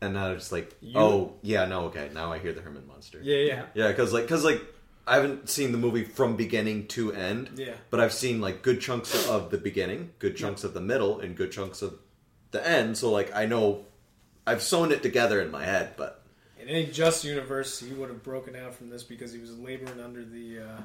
C: and now it's like,
D: You-
C: oh yeah, no, okay, now I hear the Herman Monster.
D: Yeah, yeah,
C: Yeah, because like, cause like, I haven't seen the movie from beginning to end.
D: Yeah.
C: But I've seen like good chunks of the beginning, good chunks of the middle, and good chunks of the end. So like, I know I've sewn it together in my head. But
D: In any just universe, he would have broken out from this because he was laboring under the uh,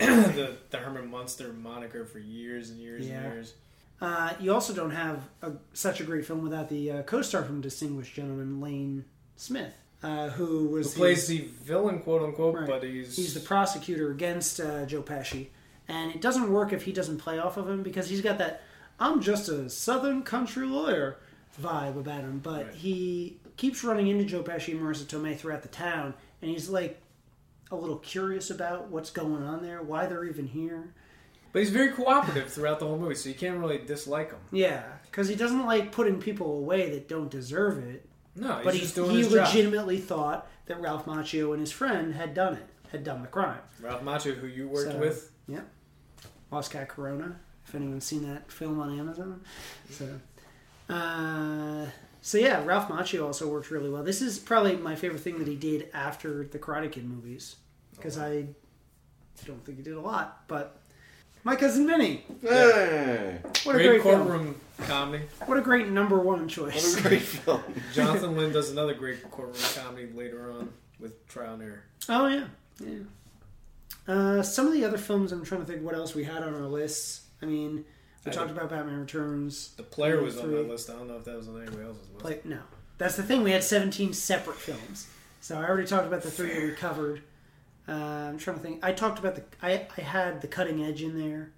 D: the, the Herman Munster moniker for years and years
A: Yeah.
D: and years.
A: Uh, you also don't have a, such a great film without the uh, co-star from Distinguished Gentleman, Lane Smith, uh, who
D: Who
A: was the-
D: plays the villain, quote unquote,
A: Right.
D: but he's
A: he's the prosecutor against uh, Joe Pesci, and it doesn't work if he doesn't play off of him because he's got that "I'm just a Southern country lawyer" vibe about him. But
D: Right.
A: he keeps running into Joe Pesci and Marissa Tomei throughout the town, and he's like a little curious about what's going on there, why they're even here.
D: but he's very cooperative throughout the whole movie, so you can't really dislike him.
A: Yeah, because he doesn't like putting people away that don't deserve it.
D: No, he's
A: But he,
D: just doing
A: he
D: his job.
A: legitimately thought that Ralph Macchio and his friend had done it, had done the crime.
D: Ralph Macho, who you worked
A: So-
D: with,
A: Yeah. Lost Cat Corona. If anyone's seen that film on Amazon, so uh, so yeah, Ralph Macchio also worked really well. This is probably my favorite thing that he did after the Karate Kid movies because I don't think he did a lot. But my cousin Vinny,
B: Hey,
A: what a
D: great,
A: great, film!
D: courtroom comedy.
A: What a great number one choice.
B: what a great film.
D: Jonathan Lynn does another great courtroom comedy later on with Trial and Error.
A: Oh yeah, yeah. Uh, some of the other films, I'm trying to think what else we had on our lists. I mean, we
D: I
A: talked about Batman Returns.
D: The player was on my
A: Three.
D: list. I don't know if that was on anybody else's list.
A: Like no, that's the thing. We had 17 separate films. So I already talked about the three that we covered. Uh, I'm trying to think. I talked about the. I I had the cutting edge in there.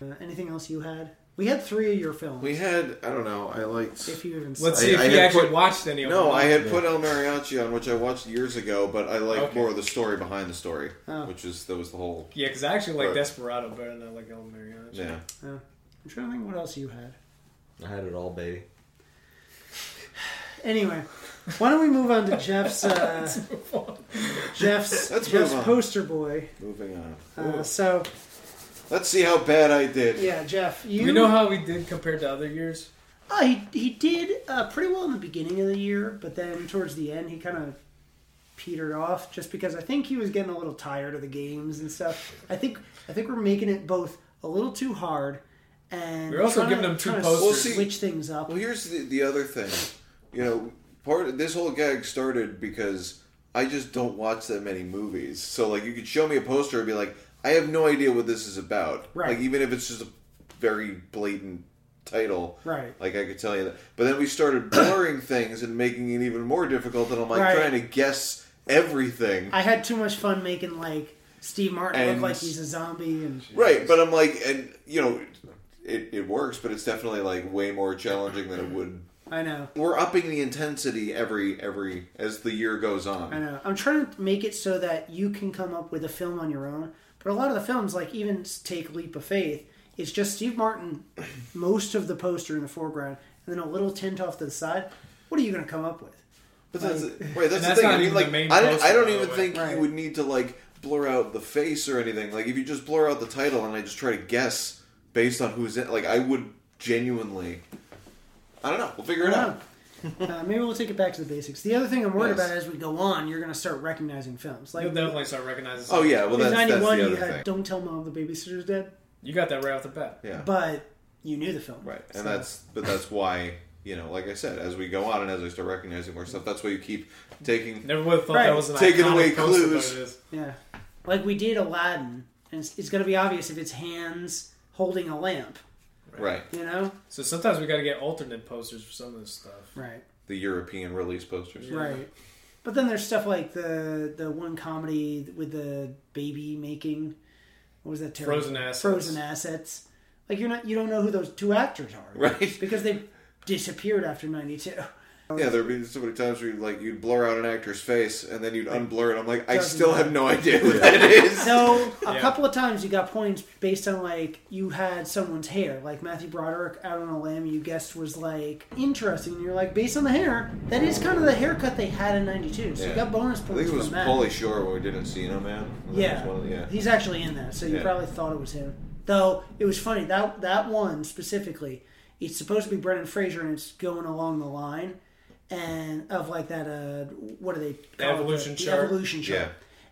A: Uh, anything else you had? We had three of your films.
B: We had I don't know. I liked.
A: if you even.
D: Let's
B: I-
D: see if
B: I
D: he
B: had
D: actually
B: put-
D: watched any of them.
B: No, I had put El Mariachi on, which I watched years ago, but I liked
D: Okay.
B: more of the story behind the story,
A: Oh.
B: which is that was the whole.
D: Yeah, because I actually like
B: Right.
D: Desperado better than I like El Mariachi.
B: Yeah,
A: I'm trying to think what else you had.
C: I had it all, baby.
A: Anyway, why don't we move on to Jeff's uh,
D: Let's move on.
A: Jeff's
B: Let's
A: Jeff's
B: move on.
A: poster boy?
B: Moving on.
A: Uh, so
B: Let's see how bad I did.
A: yeah, Jeff, you
D: You know how we did compared to other years?
A: Uh, he, he did uh, pretty well in the beginning of the year, but then towards the end, he kind of petered off just because I think he was getting a little tired of the games and stuff. I think I think we're making it both a little too hard and
D: We're also
A: trying
D: giving
A: to-
D: him two
A: trying to
D: posters.
B: Well, see-
A: switch things up.
B: Well, here's the, the other thing. You know, part of this whole gag started because I just don't watch that many movies. So, like, you could show me a poster and be like, I have no idea what this is about.
A: Right.
B: Like, even if it's just a very blatant title.
A: Right.
B: Like, I could tell you that. But then we started blurring things and making it even more difficult, and I'm like
A: Right.
B: trying to guess everything.
A: I had too much fun making like Steve Martin
B: And-
A: look like he's a zombie and
B: Right, but I'm like, and you know, it, it works, but it's definitely like way more challenging than it would.
A: I know.
B: We're upping the intensity every every as the year goes
A: I
B: on.
A: know. I'm trying to make it so that you can come up with a film on your own. But a lot of the films, like even s- take Leap of Faith, it's just Steve Martin, most of the poster in the foreground, and then a little tint off to the side. What are you going to come up with?
B: But that's right. That's, the
D: that's
B: thing.
D: not
B: I mean,
D: even the
B: like,
D: main
B: I don't,
D: poster,
B: I don't
D: by the
B: even
D: way.
B: think
A: Right.
B: you would need to like blur out the face or anything. Like, if you just blur out the title and I just try to guess based on who's in, like, I would genuinely. I don't know. We'll figure
A: I
B: it
A: don't
B: out.
A: know. uh, maybe we'll take it back to the basics. The other thing I'm worried
B: Yes.
A: about as we go on, you're going to start recognizing films. Like
D: You'll definitely start recognizing.
B: Oh yeah. Well,
A: in
B: that's, that's
A: '91,
B: the
A: you
B: other
A: had
B: thing.
A: "Don't Tell Mom the Babysitter's Dead,"
D: you got that right off the bat.
B: Yeah.
A: but you knew the film,
B: Right, and
A: So-
B: that's but that's why you know, like I said, as we go on and as I start recognizing more stuff, that's why you keep taking.
D: Never would have thought
A: Right.
D: that was an
B: Taking
D: iconic
B: away
D: poster, but
B: clues.
D: it is.
A: Yeah. Like we did Aladdin, and it's, it's going to be obvious if it's hands holding a lamp,
B: Right,
A: you know?
D: So sometimes we got to get alternate posters for some of this stuff.
A: Right.
B: the European release posters.
D: Yeah.
A: Right. But then there's stuff like the the one comedy with the baby making what was that terrible?
D: Frozen Assets.
A: Frozen assets. Like you're not you don't know who those two actors are.
B: Right.
A: Because they disappeared after 92.
B: Yeah, there'd be so many times where you'd, like you'd blur out an actor's face and then you'd unblur it. I'm like, I
A: Doesn't
B: still
A: matter.
B: have no idea who that is.
A: So a
D: Yeah.
A: couple of times you got points based on like you had someone's hair, like Matthew Broderick out on a limb. You guessed was like interesting. You're like based on the hair, that is kind of the haircut they had in '92. So you
B: Yeah.
A: got bonus
B: I
A: points
B: think it was
A: from that.
B: Pauly Shore when we did Encino Man. That
A: yeah.
B: was one of the- yeah.
A: he's actually in that, so you
B: Yeah.
A: probably thought it was him. Though it was funny that that one specifically, it's supposed to be Brendan Fraser, and it's going along the line, and of like that. Uh, what are they? call it?
D: evolution
A: the,
D: chart.
A: evolution chart.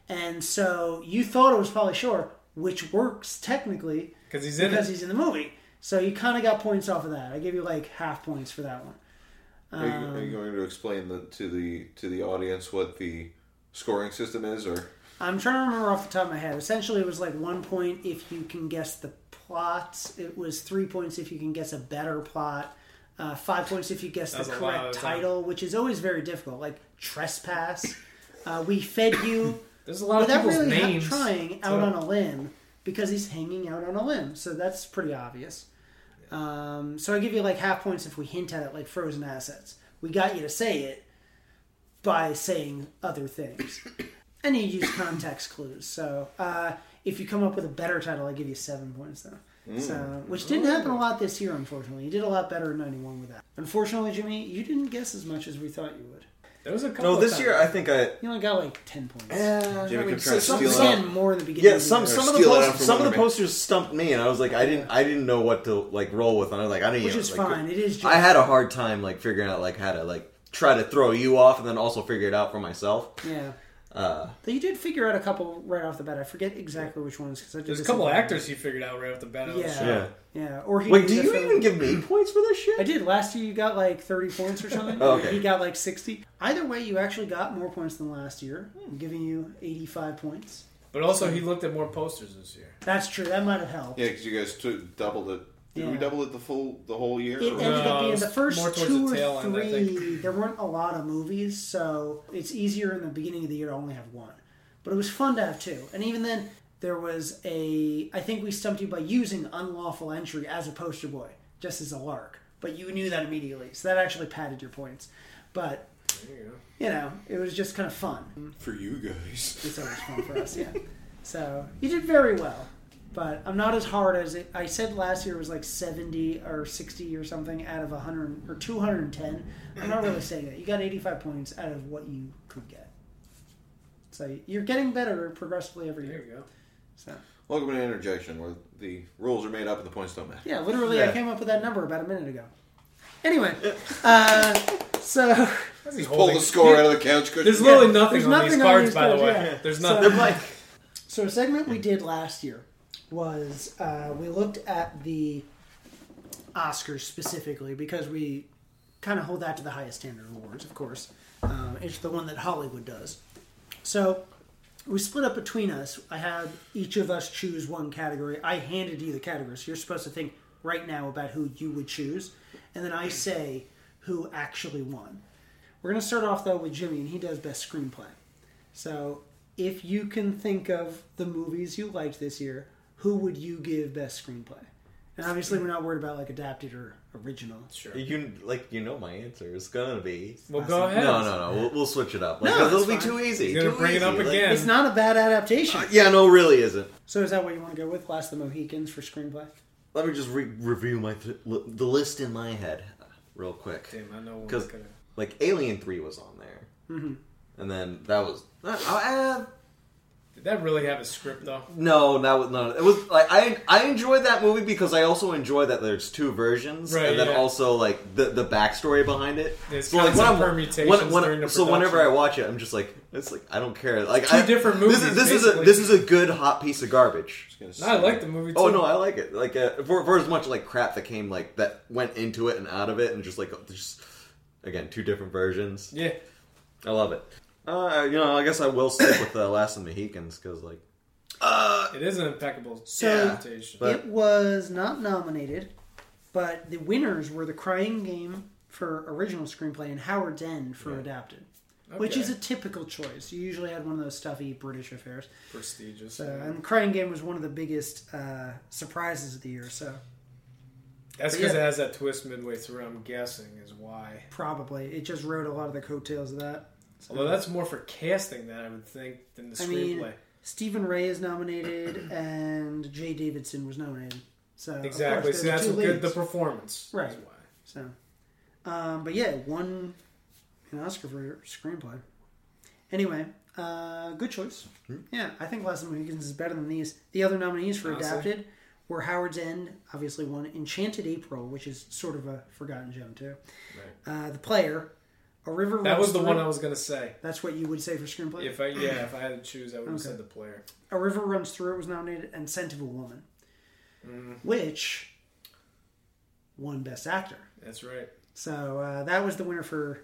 B: Yeah.
A: And so you thought it was Polly Shore, which works technically
D: Because he's in
A: because
D: it.
A: he's in the movie. So you kind of got points off of that. I gave you like half points for that one.
B: Are, you, are you
A: Um,
B: going to explain the, to the to the audience what the scoring system is, or
A: I'm trying to remember off the top of my head. Essentially, it was like one point if you can guess the plot. It was three points if you can guess a better plot. Uh, five points if you guess the
D: That's a lot
A: correct
D: of time.
A: title, which is always very difficult. Like trespass. Uh, we fed you
D: There's a lot of
A: without
D: people's
A: really ha-
D: names.
A: trying out
D: So-
A: on a limb because he's hanging out on a limb. So that's pretty obvious. Um, so I give you like half points if we hint at it, like frozen assets. We got you to say it by saying other things. and you use context clues. So uh, if you come up with a better title, I give you seven points though.
D: Mm.
A: So, which didn't happen a lot this year, unfortunately. You did a lot better in '91 with that. Unfortunately, Jimmy, you didn't guess as much as we thought you would.
D: There was a couple.
C: No, this
D: of
C: year I think I.
A: You only got like ten points.
C: Eh,
B: Jimmy
C: I mean,
B: kept trying to
C: some-
B: steal it.
C: some-
A: Again, more in the beginning.
C: Yeah,
A: of the
C: some
A: year.
C: some of the
B: steal it out
C: post,
B: from
C: some of the
B: under me.
C: posters stumped me, and I was like, I didn't I didn't know what to like roll with. And I was like, I didn't.
A: which
C: even,
A: is
C: like,
A: fine. It is. Just,
C: I had a hard time like figuring out like how to like try to throw you off, and then also figure it out for myself.
A: yeah.
C: Uh,
A: Though You did figure out a couple right off the bat. I forget exactly which ones because I did.
D: There's a
A: this
D: couple
A: in-
D: actors he figured out right off the bat. of the
A: Yeah.
D: show.
C: yeah.
A: Yeah, or he.
C: Wait,
A: knew
C: do
A: the
C: you
A: film.
C: even give me points for this shit?
A: I did last year. You got like thirty points or something.
C: Oh, okay.
A: He got like sixty. Either way, you actually got more points than last year.
C: Hmm.
A: I'm giving you eighty-five points.
D: But also, he looked at more posters this year.
A: That's true. That might have helped.
B: yeah, because you guys t- doubled it. Did we
A: Yeah.
B: double it the full the whole year?
A: It
B: or-
A: ended up
D: No,
A: being
D: it's
A: the first
D: more towards
A: two
D: the tail
A: or
D: end, I
A: three. There weren't a lot of movies, so it's easier in the beginning of the year to only have one. But it was fun to have two. And even then, there was a. I think we stumped you by using unlawful entry as a poster boy, just as a lark. But you knew that immediately, so that actually padded your points. But
D: There you go.
A: you know, it was just kind of fun.
B: for you guys.
A: It's always fun for us, yeah. So you did very well. but I'm not as hard as it. I said last year was like 70 or 60 or something out of 100 or 210. I'm not really saying that. You got 85 points out of what you could get. So you're getting better progressively every
D: There
A: year.
D: you go.
A: So
B: Welcome to Interjection, where the rules are made up and the points don't matter.
A: yeah, literally, I
C: Yeah.
A: came up with that number about a minute ago. Anyway, uh, so
D: How's he
B: Pull
D: holding?
B: the score out of the couch cushion.
D: There's literally
A: Yeah,
D: nothing
A: there's
D: on
A: nothing
D: these
A: on
D: cards,
A: these
D: by the
A: cards,
D: way.
A: yeah.
D: There's
A: So-
D: nothing.
C: They're like
A: So a segment we did last year was uh, we looked at the Oscars specifically because we kind of hold that to the highest standard of awards, of course. Um, it's the one that Hollywood does. So we split up between us. I had each of us choose one category. I handed you the category, so you're supposed to think right now about who you would choose, and then I say who actually won. We're going to start off though with Jimmy, and he does best screenplay. So, if you can think of the movies you liked this year, who would you give best screenplay? And obviously, we're not worried about like adapted or original.
D: Sure.
C: you like you know my answer is gonna be
D: Well, go ahead.
C: no no no we'll, we'll switch it up like
A: No,
C: 'cause it'll
A: it's
C: be
A: fine.
C: too easy.
D: He's gonna
C: too
D: bring it
C: easy,
D: up
C: like-
D: again.
A: It's not a bad adaptation.
D: Uh,
C: yeah, no, really isn't.
A: So, is that what you want to go with? Last of the Mohicans for screenplay?
C: Let me just re- review my th- li- the list in my head uh, real quick.
D: Damn, I know one.
C: 'Cause-
D: could've-
C: Like Alien Three was on there, and then that was uh, uh,
D: Did that really have a script though?
C: no, that was no. It was like I I enjoyed that movie because I also enjoy that there's two versions,
D: Right,
C: and then
D: yeah.
C: also like the the backstory behind it.
D: It's kind of some permutations during the
C: so whenever I
D: production.
C: watch it, I'm just like it's like I don't care. Like
D: two
C: I-
D: different
C: This
D: movies,
C: is, this is a
D: basically.
C: this is a good hot piece of garbage.
D: No, I like the movie too.
C: Oh no, I like it. Like uh, for for as much like crap that came like that went into it and out of it, and just like just again two different versions.
D: Yeah.
C: I love it. Uh, you know, I guess I will stick with uh, Last of the Mohicans because like uh,
D: It is an impeccable
A: So-
D: adaptation.
C: But-
A: it was not nominated, but the winners were The Crying Game for original screenplay and Howard's End for adapted, which
D: Okay.
A: is a typical choice. You usually had one of those stuffy British affairs.
D: prestigious.
A: So, and Crying Game was one of the biggest uh, surprises of the year. So,
D: That's
A: but
D: because
A: yeah.
D: it has that twist midway through. I'm guessing is why.
A: probably it just rode a lot of the coattails of that. So,
D: Although that's more for casting than I would think than the
A: I mean,
D: screenplay.
A: Stephen Ray is nominated, and Jay Davidson was nominated. So of
D: exactly.
A: course,
D: So
A: they're
D: that's
A: the
D: what
A: two
D: good. The
A: leads.
D: performance. is
A: Right.
D: why.
A: So, um, but yeah, won an Oscar for screenplay. Anyway, uh, good choice. Yeah, I think Last of the Mohicans is better than these. The other nominees for
D: Honestly.
A: adapted were Howard's End, obviously won Enchanted April, which is sort of a forgotten gem too. Uh, the Player, A River.
D: That
A: Runs
D: was the
A: Through-
D: one I was gonna say.
A: That's what you would say for screenplay.
D: If I yeah, if I had to choose, I would have
A: Okay.
D: said the player.
A: A River Runs Through It was nominated, and Scent of a Woman,
D: Mm.
A: which won Best Actor.
D: That's right.
A: So uh, that was the winner for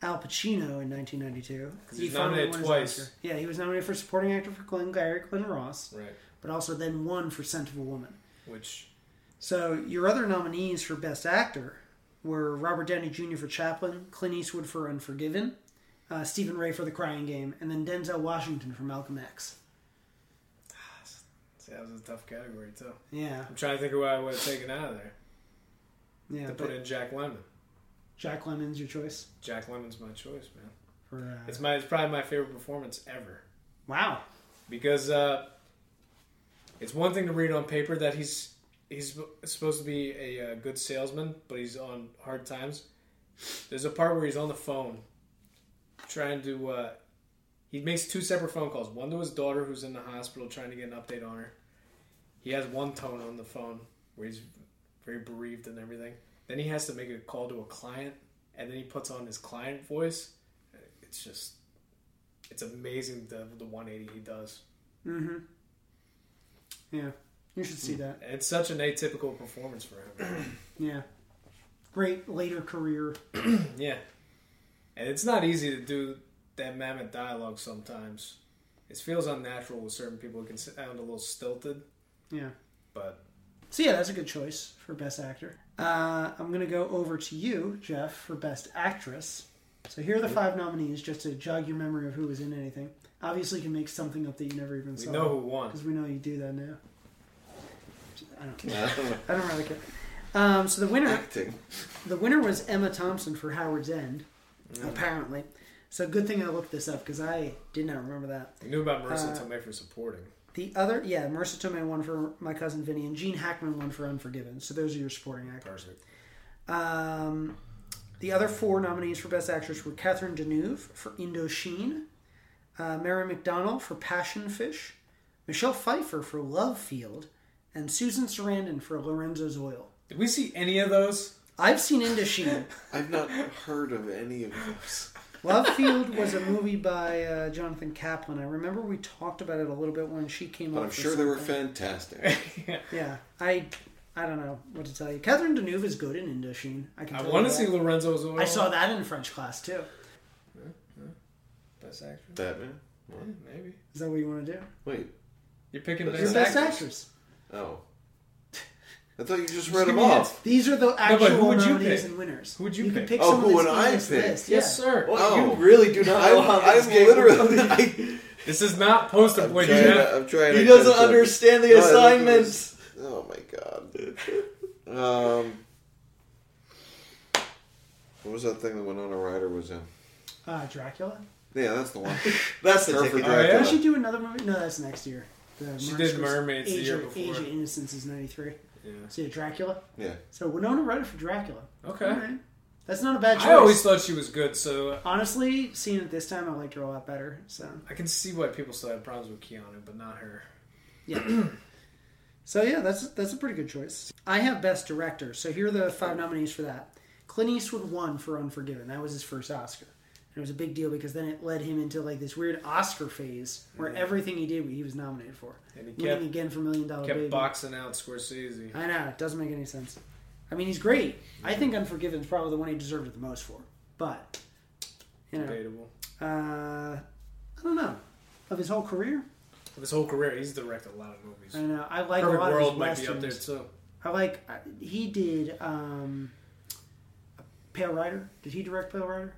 A: Al Pacino in 1992.
D: he was nominated
A: finally won his
D: twice.
A: Oscar. Yeah, he was nominated for supporting actor for Glengarry Glenn Ross,
D: Right.
A: but also then won for Scent of a Woman.
D: Which
A: So your other nominees for Best Actor were Robert Downey Jr. for Chaplin, Clint Eastwood for Unforgiven, uh, Stephen Ray for The Crying Game, and then Denzel Washington for Malcolm X.
D: see, that was a tough category too.
A: Yeah,
D: I'm trying to think of who I would have taken out of there.
A: yeah.
D: to
A: but
D: put in Jack Lemon.
A: Jack Lemon's your choice
D: Jack Lemon's my choice, man.
A: for uh,
D: It's my it's probably my favorite performance ever.
A: wow.
D: because uh, it's one thing to read on paper that he's he's supposed to be a uh, good salesman, but he's on hard times. There's a part where he's on the phone trying to. Uh, he makes two separate phone calls. One to his daughter, who's in the hospital, trying to get an update on her. He has one tone on the phone where he's very bereaved and everything. Then he has to make a call to a client, and then he puts on his client voice. It's just, it's amazing the the 180 he does.
A: Mm-hmm. Yeah, you should see that.
D: It's such an atypical performance for him.
A: Yeah. Great later career.
D: yeah. And it's not easy to do that mammoth dialogue sometimes. It feels unnatural with certain people. It can sound a little stilted,
A: Yeah.
D: but
A: So yeah, that's a good choice for best actor. Uh, I'm gonna go over to you, Jeff, for best actress. So here are the five nominees, just to jog your memory of who was in anything. Obviously, you can make something up that you never even
D: we
A: saw.
D: know who won.
A: because we know you do that now. I don't.
B: I don't know.
A: I don't really care. Um, so the winner,
B: acting.
D: Mm.
A: the winner was Emma Thompson for Howard's End, apparently. So good thing I looked this up because I did not remember that.
D: I knew about Marissa
A: Uh,
D: Tomei for supporting.
A: The other, yeah, Marissa Tomei won for My Cousin Vinny, and Gene Hackman won for Unforgiven. So those are your supporting actors.
D: Perfect.
A: Um, the other four nominees for Best Actress were Catherine Deneuve for Indochine, uh, Mary McDonnell for Passion Fish, Michelle Pfeiffer for Love Field, and Susan Sarandon for Lorenzo's Oil.
D: Did we see any of those?
A: I've seen Indochine.
B: I've not heard of any of those.
A: Love Field was a movie by uh, Jonathan Kaplan. I remember we talked about it a little bit when she came
B: But
A: up.
B: I'm
A: for
B: sure they were
A: something.
B: fantastic.
A: Yeah, I, I don't know what to tell you. Catherine Deneuve is good in Indochine. I can.
D: I
A: tell you
D: want to
A: that.
D: see Lorenzo's Oil.
A: I saw that in French class too.
D: Best actress?
B: that man?
D: Yeah, maybe.
A: Is that what you want to do?
B: Wait.
D: You're picking
B: That's
D: best,
A: Your best
D: actress.
A: actress.
B: Oh. I thought you just read them
D: give me
B: off.
A: These are the actual
D: who would you
A: nominees
D: pick?
A: and winners.
D: Who would you
A: can
D: pick?
B: Oh,
A: someone
B: who
A: that's
B: would
A: on
B: I
A: this
B: pick?
A: list,
D: Yes,
A: yeah.
D: sir.
B: Oh.
E: You really do not
B: I'm,
E: allow this
B: I'm
E: game.
B: literally. I,
D: This is not poster boy
B: I'm, trying to,
D: Jeff.
B: I'm trying.
C: He
B: to
C: doesn't
B: catch up.
C: understand the
B: No, I think it
C: assignments.
B: was- Oh my god. Um. What was that thing that Winona Ryder was in?
A: Uh, Dracula.
B: Yeah, that's the one.
C: That's the
B: Her for
C: ticket.
B: Dracula.
D: yeah?
A: Did she do another movie? No, that's next year. The
D: She
A: Monsters.
D: did Mermaids the
A: Age
D: year
A: of,
D: before.
A: Age of Innocence is '93.
D: Yeah.
A: So yeah, Dracula.
B: Yeah.
A: So Winona Ryder for Dracula.
D: Okay.
A: Alright. That's not a bad choice.
D: I always thought she was good, so
A: Honestly, seeing it this time, I liked her a lot better. So
D: I can see why people still have problems with Keanu, but not her.
A: yeah. so yeah, that's that's a pretty good choice. I have best director. So here are the five nominees for that. Clint Eastwood won for Unforgiven. That was his first Oscar. And it was a big deal because then it led him into like this weird Oscar phase where everything he did he was nominated for.
D: And he
A: Winning
D: kept
A: again for Million Dollar
D: kept
A: Oh, Baby.
D: boxing out Scorsese.
A: I know it doesn't make any sense. I mean, he's great. I think Unforgiven is probably the one he deserved it the most for. But you know,
D: Debatable.
A: uh, I don't know of his whole career.
D: Of his whole career, he's directed a lot of movies.
A: I don't know. I like
D: Perfect
A: a lot
D: World
A: of
D: might
A: his
D: be up there
A: westerns.
D: too.
A: I like I- he did um, Pale Rider. Did he direct Pale Rider?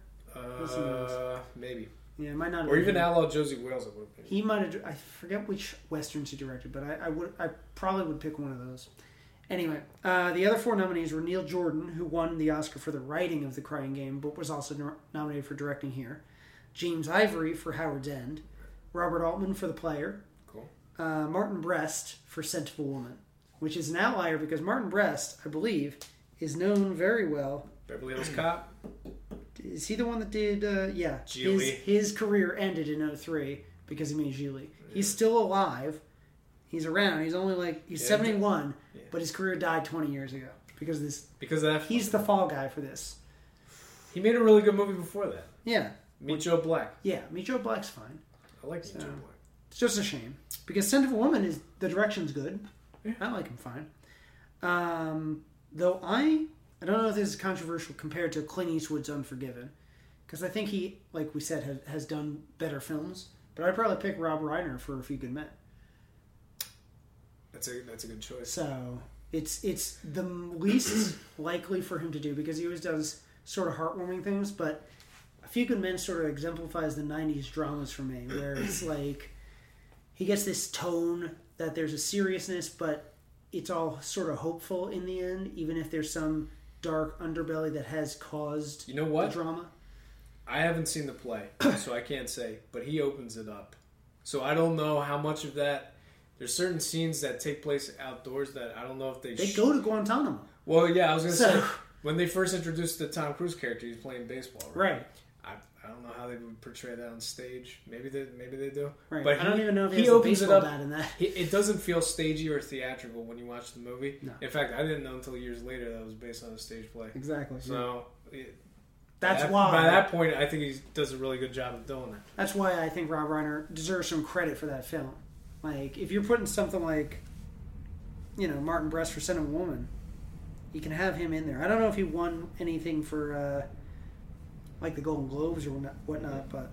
A: Listen to
D: Uh, maybe,
A: Yeah, it might not. have
D: or
A: been
D: even
A: him.
D: Outlaw Josie Wales. It would have been.
A: He might have. I forget which westerns he directed, but I, I would. I probably would pick one of those. Anyway, uh, the other four nominees were Neil Jordan, who won the Oscar for the writing of The Crying Game, but was also nor- nominated for directing here. James Ivory for Howard's End, Robert Altman for The Player,
D: Cool.
A: uh, Martin Brest for Scent of a Woman, which is an outlier because Martin Brest, I believe, is known very well.
D: Beverly Hills Cop.
A: Is he the one that did? Uh, yeah, his,
D: Geely.
A: his career ended in 03 because he made Julie. He's still alive. He's around. He's only like he's
D: Yeah,
A: 71,
D: yeah.
A: but his career died 20 years ago because of this.
D: Because of that
A: He's the fall guy for this.
D: he made a really good movie before that.
A: Yeah,
D: Meet Joe Black.
A: yeah. Meet Joe Black's fine.
D: I like Meet Joe Black.
A: It's just a shame because Scent of a Woman is the direction's good.
D: Yeah.
A: I like him fine. Um, though I I don't know if this is controversial compared to Clint Eastwood's Unforgiven because I think he like we said has, has done better films. But I'd probably pick Rob Reiner for A Few Good Men.
D: That's a that's a good choice.
A: So it's it's the least likely for him to do because he always does sort of heartwarming things. But A Few Good Men sort of exemplifies the '90s dramas for me, where it's like he gets this tone that there's a seriousness, but it's all sort of hopeful in the end, even if there's some dark underbelly that has caused
D: You know
A: the
D: what?
A: drama.
D: I haven't seen the play, so I can't say. But he opens it up, so I don't know how much of that. There's certain scenes that take place outdoors that I don't know if they.
A: They
D: sh-
A: go to Guantanamo,
D: Well, yeah, I was gonna
A: So-
D: say when they first introduced the Tom Cruise character, he's playing baseball, right?
A: right?
D: I, I don't know how they would portray that on stage. Maybe they maybe they do.
A: Right.
D: But
A: I don't
D: he-
A: even know if he,
D: he
A: has a
D: opens it
A: baseball
D: up-
A: bat in that.
D: He- It doesn't feel stagey or theatrical when you watch the movie.
A: No.
D: In fact, I didn't know until years later that it was based on a stage play.
A: Exactly.
D: So it,
A: That's
D: at-
A: why.
D: By that point, I think he does a really good job of doing that.
A: That's why I think Rob Reiner deserves some credit for that film. Like, if you're putting something like, you know, Martin Brest for Son of a Woman, you can have him in there. I don't know if he won anything for, uh, like, the Golden Globes or whatnot- whatnot, but,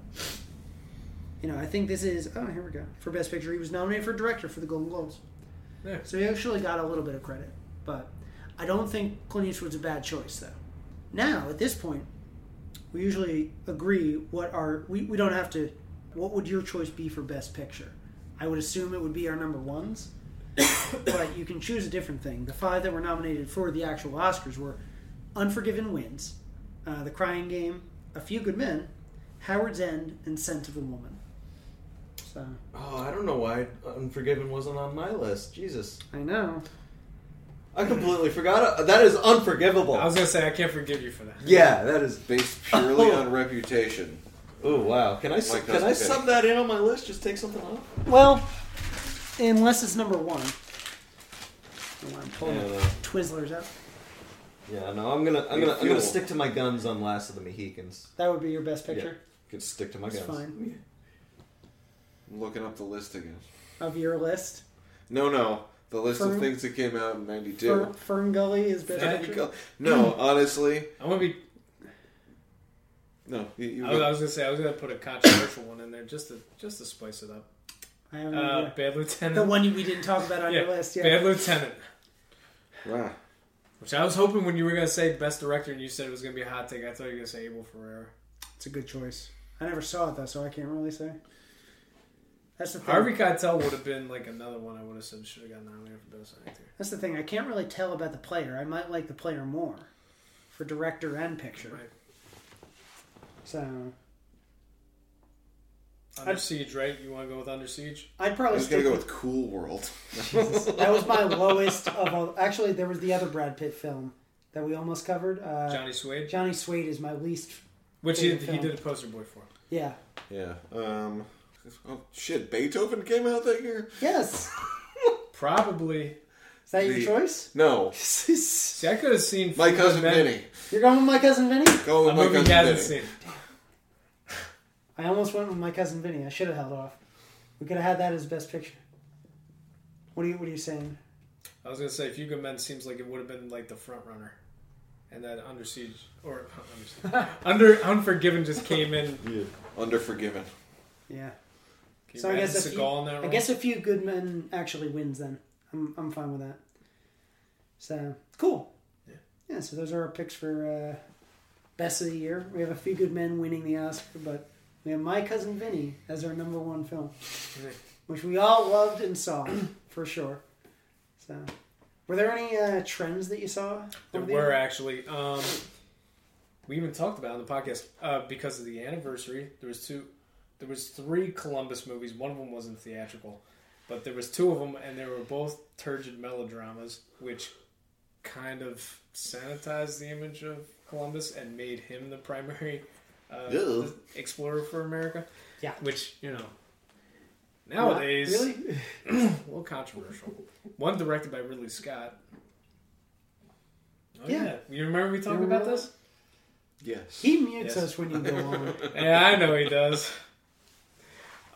A: you know, I think this is, oh, here we go. For Best Picture, he was nominated for Director for the Golden Globes.
D: Yeah.
A: So he actually got a little bit of credit, but I don't think Clint Eastwood's a bad choice, though. Now, at this point, we usually agree what our we, we don't have to what would your choice be for best picture i would assume it would be our number ones but you can choose a different thing the five that were nominated for the actual oscars were unforgiven wins uh, the crying game a few good men Howard's End, and Scent of a Woman. So
C: Oh, I don't know why Unforgiven wasn't on my list. Jesus,
A: I know.
C: I completely forgot. That is unforgivable.
D: I was gonna say I can't forgive you for that.
C: yeah, that is.
B: Based purely
C: Oh.
B: on reputation.
C: Oh wow, can I s-
B: Mike
C: can
B: doesn't
C: I
B: fit.
C: sub that in on my list? Just take something off.
A: Well, unless it's number one. Oh, I'm pulling
C: Yeah,
A: the
C: no.
A: Twizzlers out.
C: Yeah, no, I'm gonna I'm
B: Need
C: gonna I'm gonna
B: fuel.
C: stick to my guns on Last of the Mohicans.
A: That would be your best picture
C: Could stick to my
A: It's
C: guns.
A: fine.
B: I'm looking up the list again.
A: of your list.
B: No, no. The list
A: Fern-
B: of things that came out in
A: Fern,
B: '92.
A: Fern Gully is best
D: Fern
A: picture.
B: No, honestly,
D: I'm gonna be.
B: no. You, you
D: I was, I was gonna say I was gonna put a controversial one in there just to just to spice it up.
A: I have no
D: Uh,
A: idea.
D: Bad Lieutenant.
A: Mm-hmm. The one you, we didn't talk about on
D: yeah,
A: your list. Yeah.
D: Bad Lieutenant.
B: Rah.
D: Which I was hoping when you were gonna say best director and you said it was gonna be a hot take, I thought you were gonna say Abel Ferrara.
A: It's a good choice. I never saw it though, so I can't really say. That's the thing.
D: Harvey Keitel would have been like another one I would have said should have gotten nominated for best actor.
A: That's the thing. I can't really tell about the player. I might like the player more for director and picture.
D: Right.
A: So
D: Under Siege, right? You want to go with Under Siege?
A: I'd
B: I
A: probably
B: was
A: stick
B: gonna go
A: with.
B: with Cool World.
A: that was my lowest of all. Actually, there was the other Brad Pitt film that we almost covered. Uh, Johnny.
D: Johnny Suede,
A: Swade is my least.
D: which he,
A: favorite
D: he
A: film.
D: did a poster boy for.
A: Yeah.
B: Yeah. Um. Oh shit! Beethoven came out that year.
A: Yes.
D: Probably.
A: Is that
B: The-
A: your choice?
B: No,
D: See, I could have seen
B: my
D: Fleetwood
B: cousin
D: Mac-
B: Vinny.
A: You're going with my cousin Vinny.
B: Go
D: A
B: with my
D: movie he
B: cousin
D: hasn't
B: Vinny.
D: seen.
A: I almost went with my cousin Vinny. I should have held off. We could have had that as best picture. What are you What are you saying?
D: I was gonna say Fugue of Men seems like it would have been like the front runner, and that Under Siege or Under, Siege. Under Unforgiven just came in.
B: Under Forgiven.
A: Yeah.
D: Can
A: So
D: you
A: I
D: imagine
A: guess if
D: Seagal in that
A: I
D: role?
A: guess a few good men actually wins then. I'm, I'm fine with that. So cool.
D: Yeah.
A: Yeah. So those are our picks for uh, best of the year. We have a few good men winning the Oscar, but we have My Cousin Vinny as our number one film,
D: Right.
A: which we all loved and saw for sure. So, were there any uh, trends that you saw?
D: There
A: over the
D: were
A: year?
D: actually. Um, we even talked about it on the podcast uh, because of the anniversary. There was two. There was three Columbus movies. One of them wasn't theatrical, but there was two of them, and they were both turgid melodramas, which kind of sanitized the image of Columbus and made him the primary uh,
B: Ew.
D: explorer for America.
A: Yeah.
D: Which you know.
A: Not
D: Nowadays,
A: really?
D: a little controversial. One directed by Ridley Scott. Oh,
A: Yeah.
D: yeah. You remember we talked
A: remember
D: about this?
B: Yes.
A: He mutes
D: Yes.
A: us when you go on.
D: yeah, I know he does.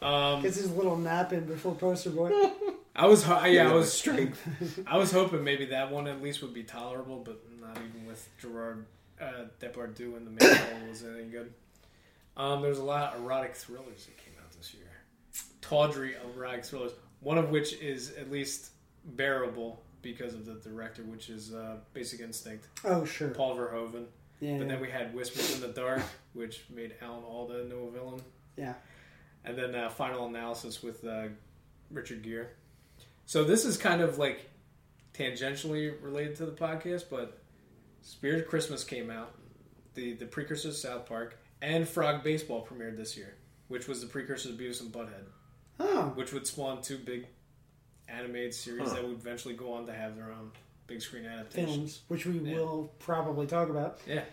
D: Um,
A: It's his little nap in before poster boy.
D: I was, ho- yeah, I
B: Yeah,
D: was
B: but
D: strength. I was hoping maybe that one at least would be tolerable, but not even with Gerard uh, Depardieu in the main role was any good. Um, there's a lot of erotic thrillers that came out this year, tawdry erotic thrillers. One of which is at least bearable because of the director, which is uh, Basic Instinct,
A: Oh sure.
D: Paul Verhoeven.
A: Yeah.
D: But then we had Whispers in the Dark, which made Alan Alda into a villain.
A: Yeah.
D: And then uh, Final Analysis with uh, Richard Gere. So this is kind of like tangentially related to the podcast, but Spirit of Christmas came out, the, the precursor to South Park, and Frog Baseball premiered this year, which was the precursor to Beavis and Butthead,
A: oh.
D: which would spawn two big animated series
B: Huh.
D: that would eventually go on to have their own big screen adaptations.
A: films, which we
D: Yeah.
A: will probably talk about.
D: Yeah.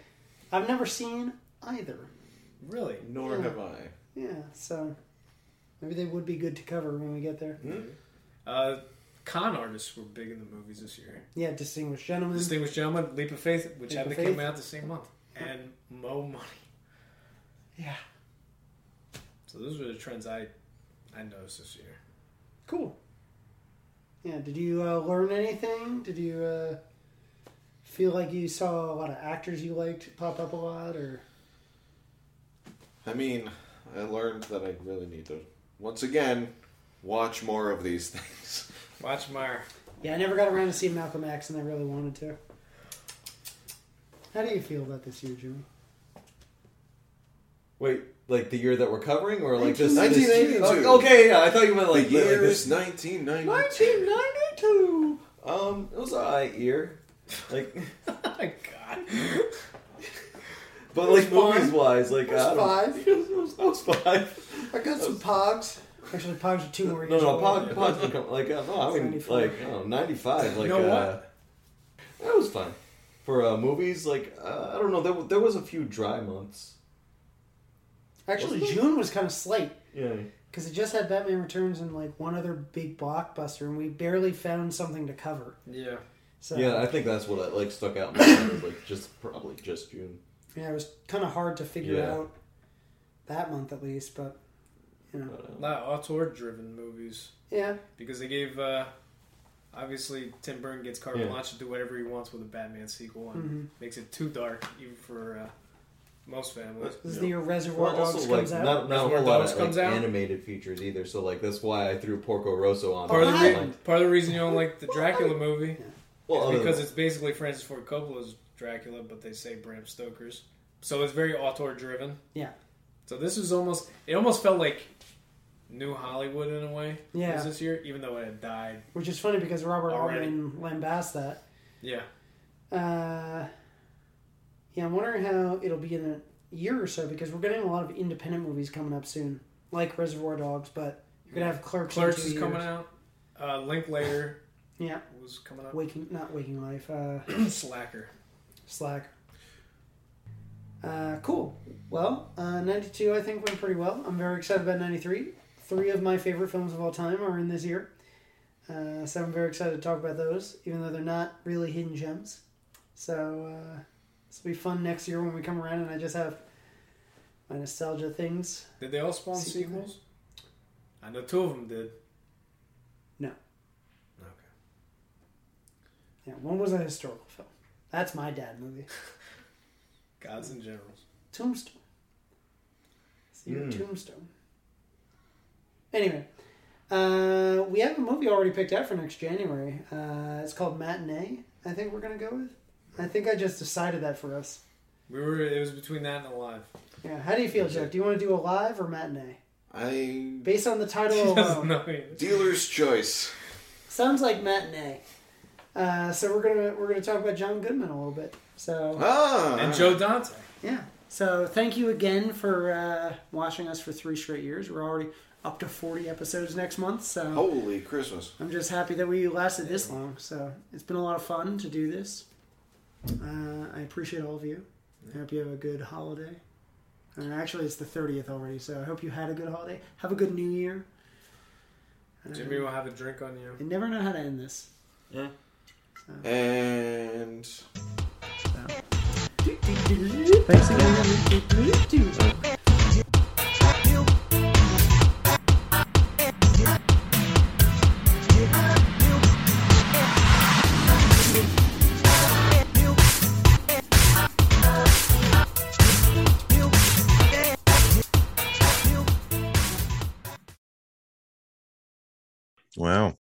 A: I've never seen either.
D: Really?
B: Nor have I.
A: Yeah, so maybe they would be good to cover when we get there.
D: Uh, con artists were big in the movies this year.
A: Yeah, distinguished gentlemen.
D: Distinguished Gentleman, Leap of Faith, which
A: Leap
D: happened
A: of
D: to come
A: Faith.
D: out the same month, and Mo Money.
A: Yeah.
D: So those were the trends I I noticed this year.
A: cool. Yeah. Did you uh, learn anything? Did you uh, feel like you saw a lot of actors you liked pop up a lot, or
B: I mean, I learned that I really need to once again watch more of these things.
D: Watch Meyer.
A: yeah, I never got around to see Malcolm X, and I really wanted to. How do you feel about this year, Jimmy?
C: Wait, like the year that we're covering, or like this?
B: 1982.
C: this- okay, yeah, I thought you meant
B: The
C: like like
B: year
C: this-
B: is 1990.
C: 1992. Um, it was a high year. Like,
D: God.
C: But
F: It was
C: like movies
F: one.
C: wise, like
F: It was
C: I don't-
F: five.
C: It was- it was- I was five.
F: I got some pogs.
A: Actually, Pogs are two more.
C: No,
A: each
C: no,
A: one.
C: Pod, Pod's been coming. Like, uh, no, I mean,
A: 94.
C: like, no, 95. Like,
D: know what?
C: uh, that was fun. For uh, movies, like, uh, I don't know, there, w- there was a few dry months.
A: Actually, June was kind of slight
C: Yeah.
A: because it just had Batman Returns and like one other big blockbuster, and we barely found something to cover.
D: Yeah.
A: So
C: Yeah, I think that's what, like, stuck out in my mind was, like, just, probably just June.
A: yeah, it was kind of hard to figure
C: Yeah.
A: out that month at least, but you know,
C: But,
D: A
C: uh,
D: lot of auteur-driven movies.
A: yeah,
D: because they gave uh, obviously Tim Burton gets carte
C: Yeah.
D: blanche to do whatever he wants with a Batman sequel and
A: Mhm.
D: makes it too dark even for uh, most families.
A: this is
B: Yeah.
A: the year Reservoir
C: Well,
A: Dogs
C: also, like,
A: comes out.
C: not, not a
D: Reservoir
C: whole lot
D: Dogs
C: of like,
D: comes out.
C: animated features either, so, like, that's why I threw Porco Rosso on.
D: Part of, the
A: why?
C: there.
D: re- part of the reason you don't like the Dracula movie
C: well,
D: is
C: other
D: because
C: than,
D: it's basically Francis Ford Coppola's Dracula, but they say Bram Stoker's, so it's very auteur-driven.
A: Yeah.
D: So this is almost it almost felt like new Hollywood in a way.
A: Yeah.
D: was This year, even though it had died.
A: Which is funny because Robert
D: Already.
A: Altman lambast that.
D: Yeah.
A: Uh, yeah, I'm wondering how it'll be in a year or so because we're getting a lot of independent movies coming up soon, like Reservoir Dogs, but you're gonna have Clerks. in
D: Clerks
A: two
D: is coming
A: years.
D: out. Uh, Linklater
A: Yeah,
D: was coming up.
A: waking not waking life. Uh,
D: Slacker.
A: Slack. Uh, cool. Well, uh, 92 I think went pretty well. I'm very excited about 93. Three of my favorite films of all time are in this year. Uh, so I'm very excited to talk about those, even though they're not really hidden gems. So uh, this will be fun next year when we come around and I just have my nostalgia things.
D: Did they all spawn
A: Sequel.
D: sequels? I know two of them did.
A: No.
D: Okay.
A: Yeah, one was a historical film. That's my dad movie.
D: Gods and Generals.
A: Tombstone. It's the year
C: Mm.
A: Tombstone. Anyway, uh, we have a movie already picked out for next January. Uh, it's called Matinee. I think we're gonna go with. I think I just decided that for us.
D: We were. It was between that and Alive.
A: Yeah. How do you feel, Jack? Do you want to do alive or matinee?
B: I
A: Based on the title
D: He doesn't
A: alone,
D: know either.
B: dealer's choice.
A: sounds like matinee. Uh, so we're gonna we're gonna talk about John Goodman a little bit. So
B: Ah,
D: And Joe Dante.
A: yeah,
G: So thank you again for uh, watching us for three straight years. We're already up to 40 episodes next month, so
B: Holy Christmas!
G: I'm just happy that we lasted this long. So it's been a lot of fun to do this. Uh, I appreciate all of you. I hope you have a good holiday. Uh, actually, it's the 30th already, so I hope you had a good holiday. Have a good New Year. Uh,
D: Jimmy will have a drink on you.
G: I never know how to end this.
B: And
G: Thanks again.
B: wow.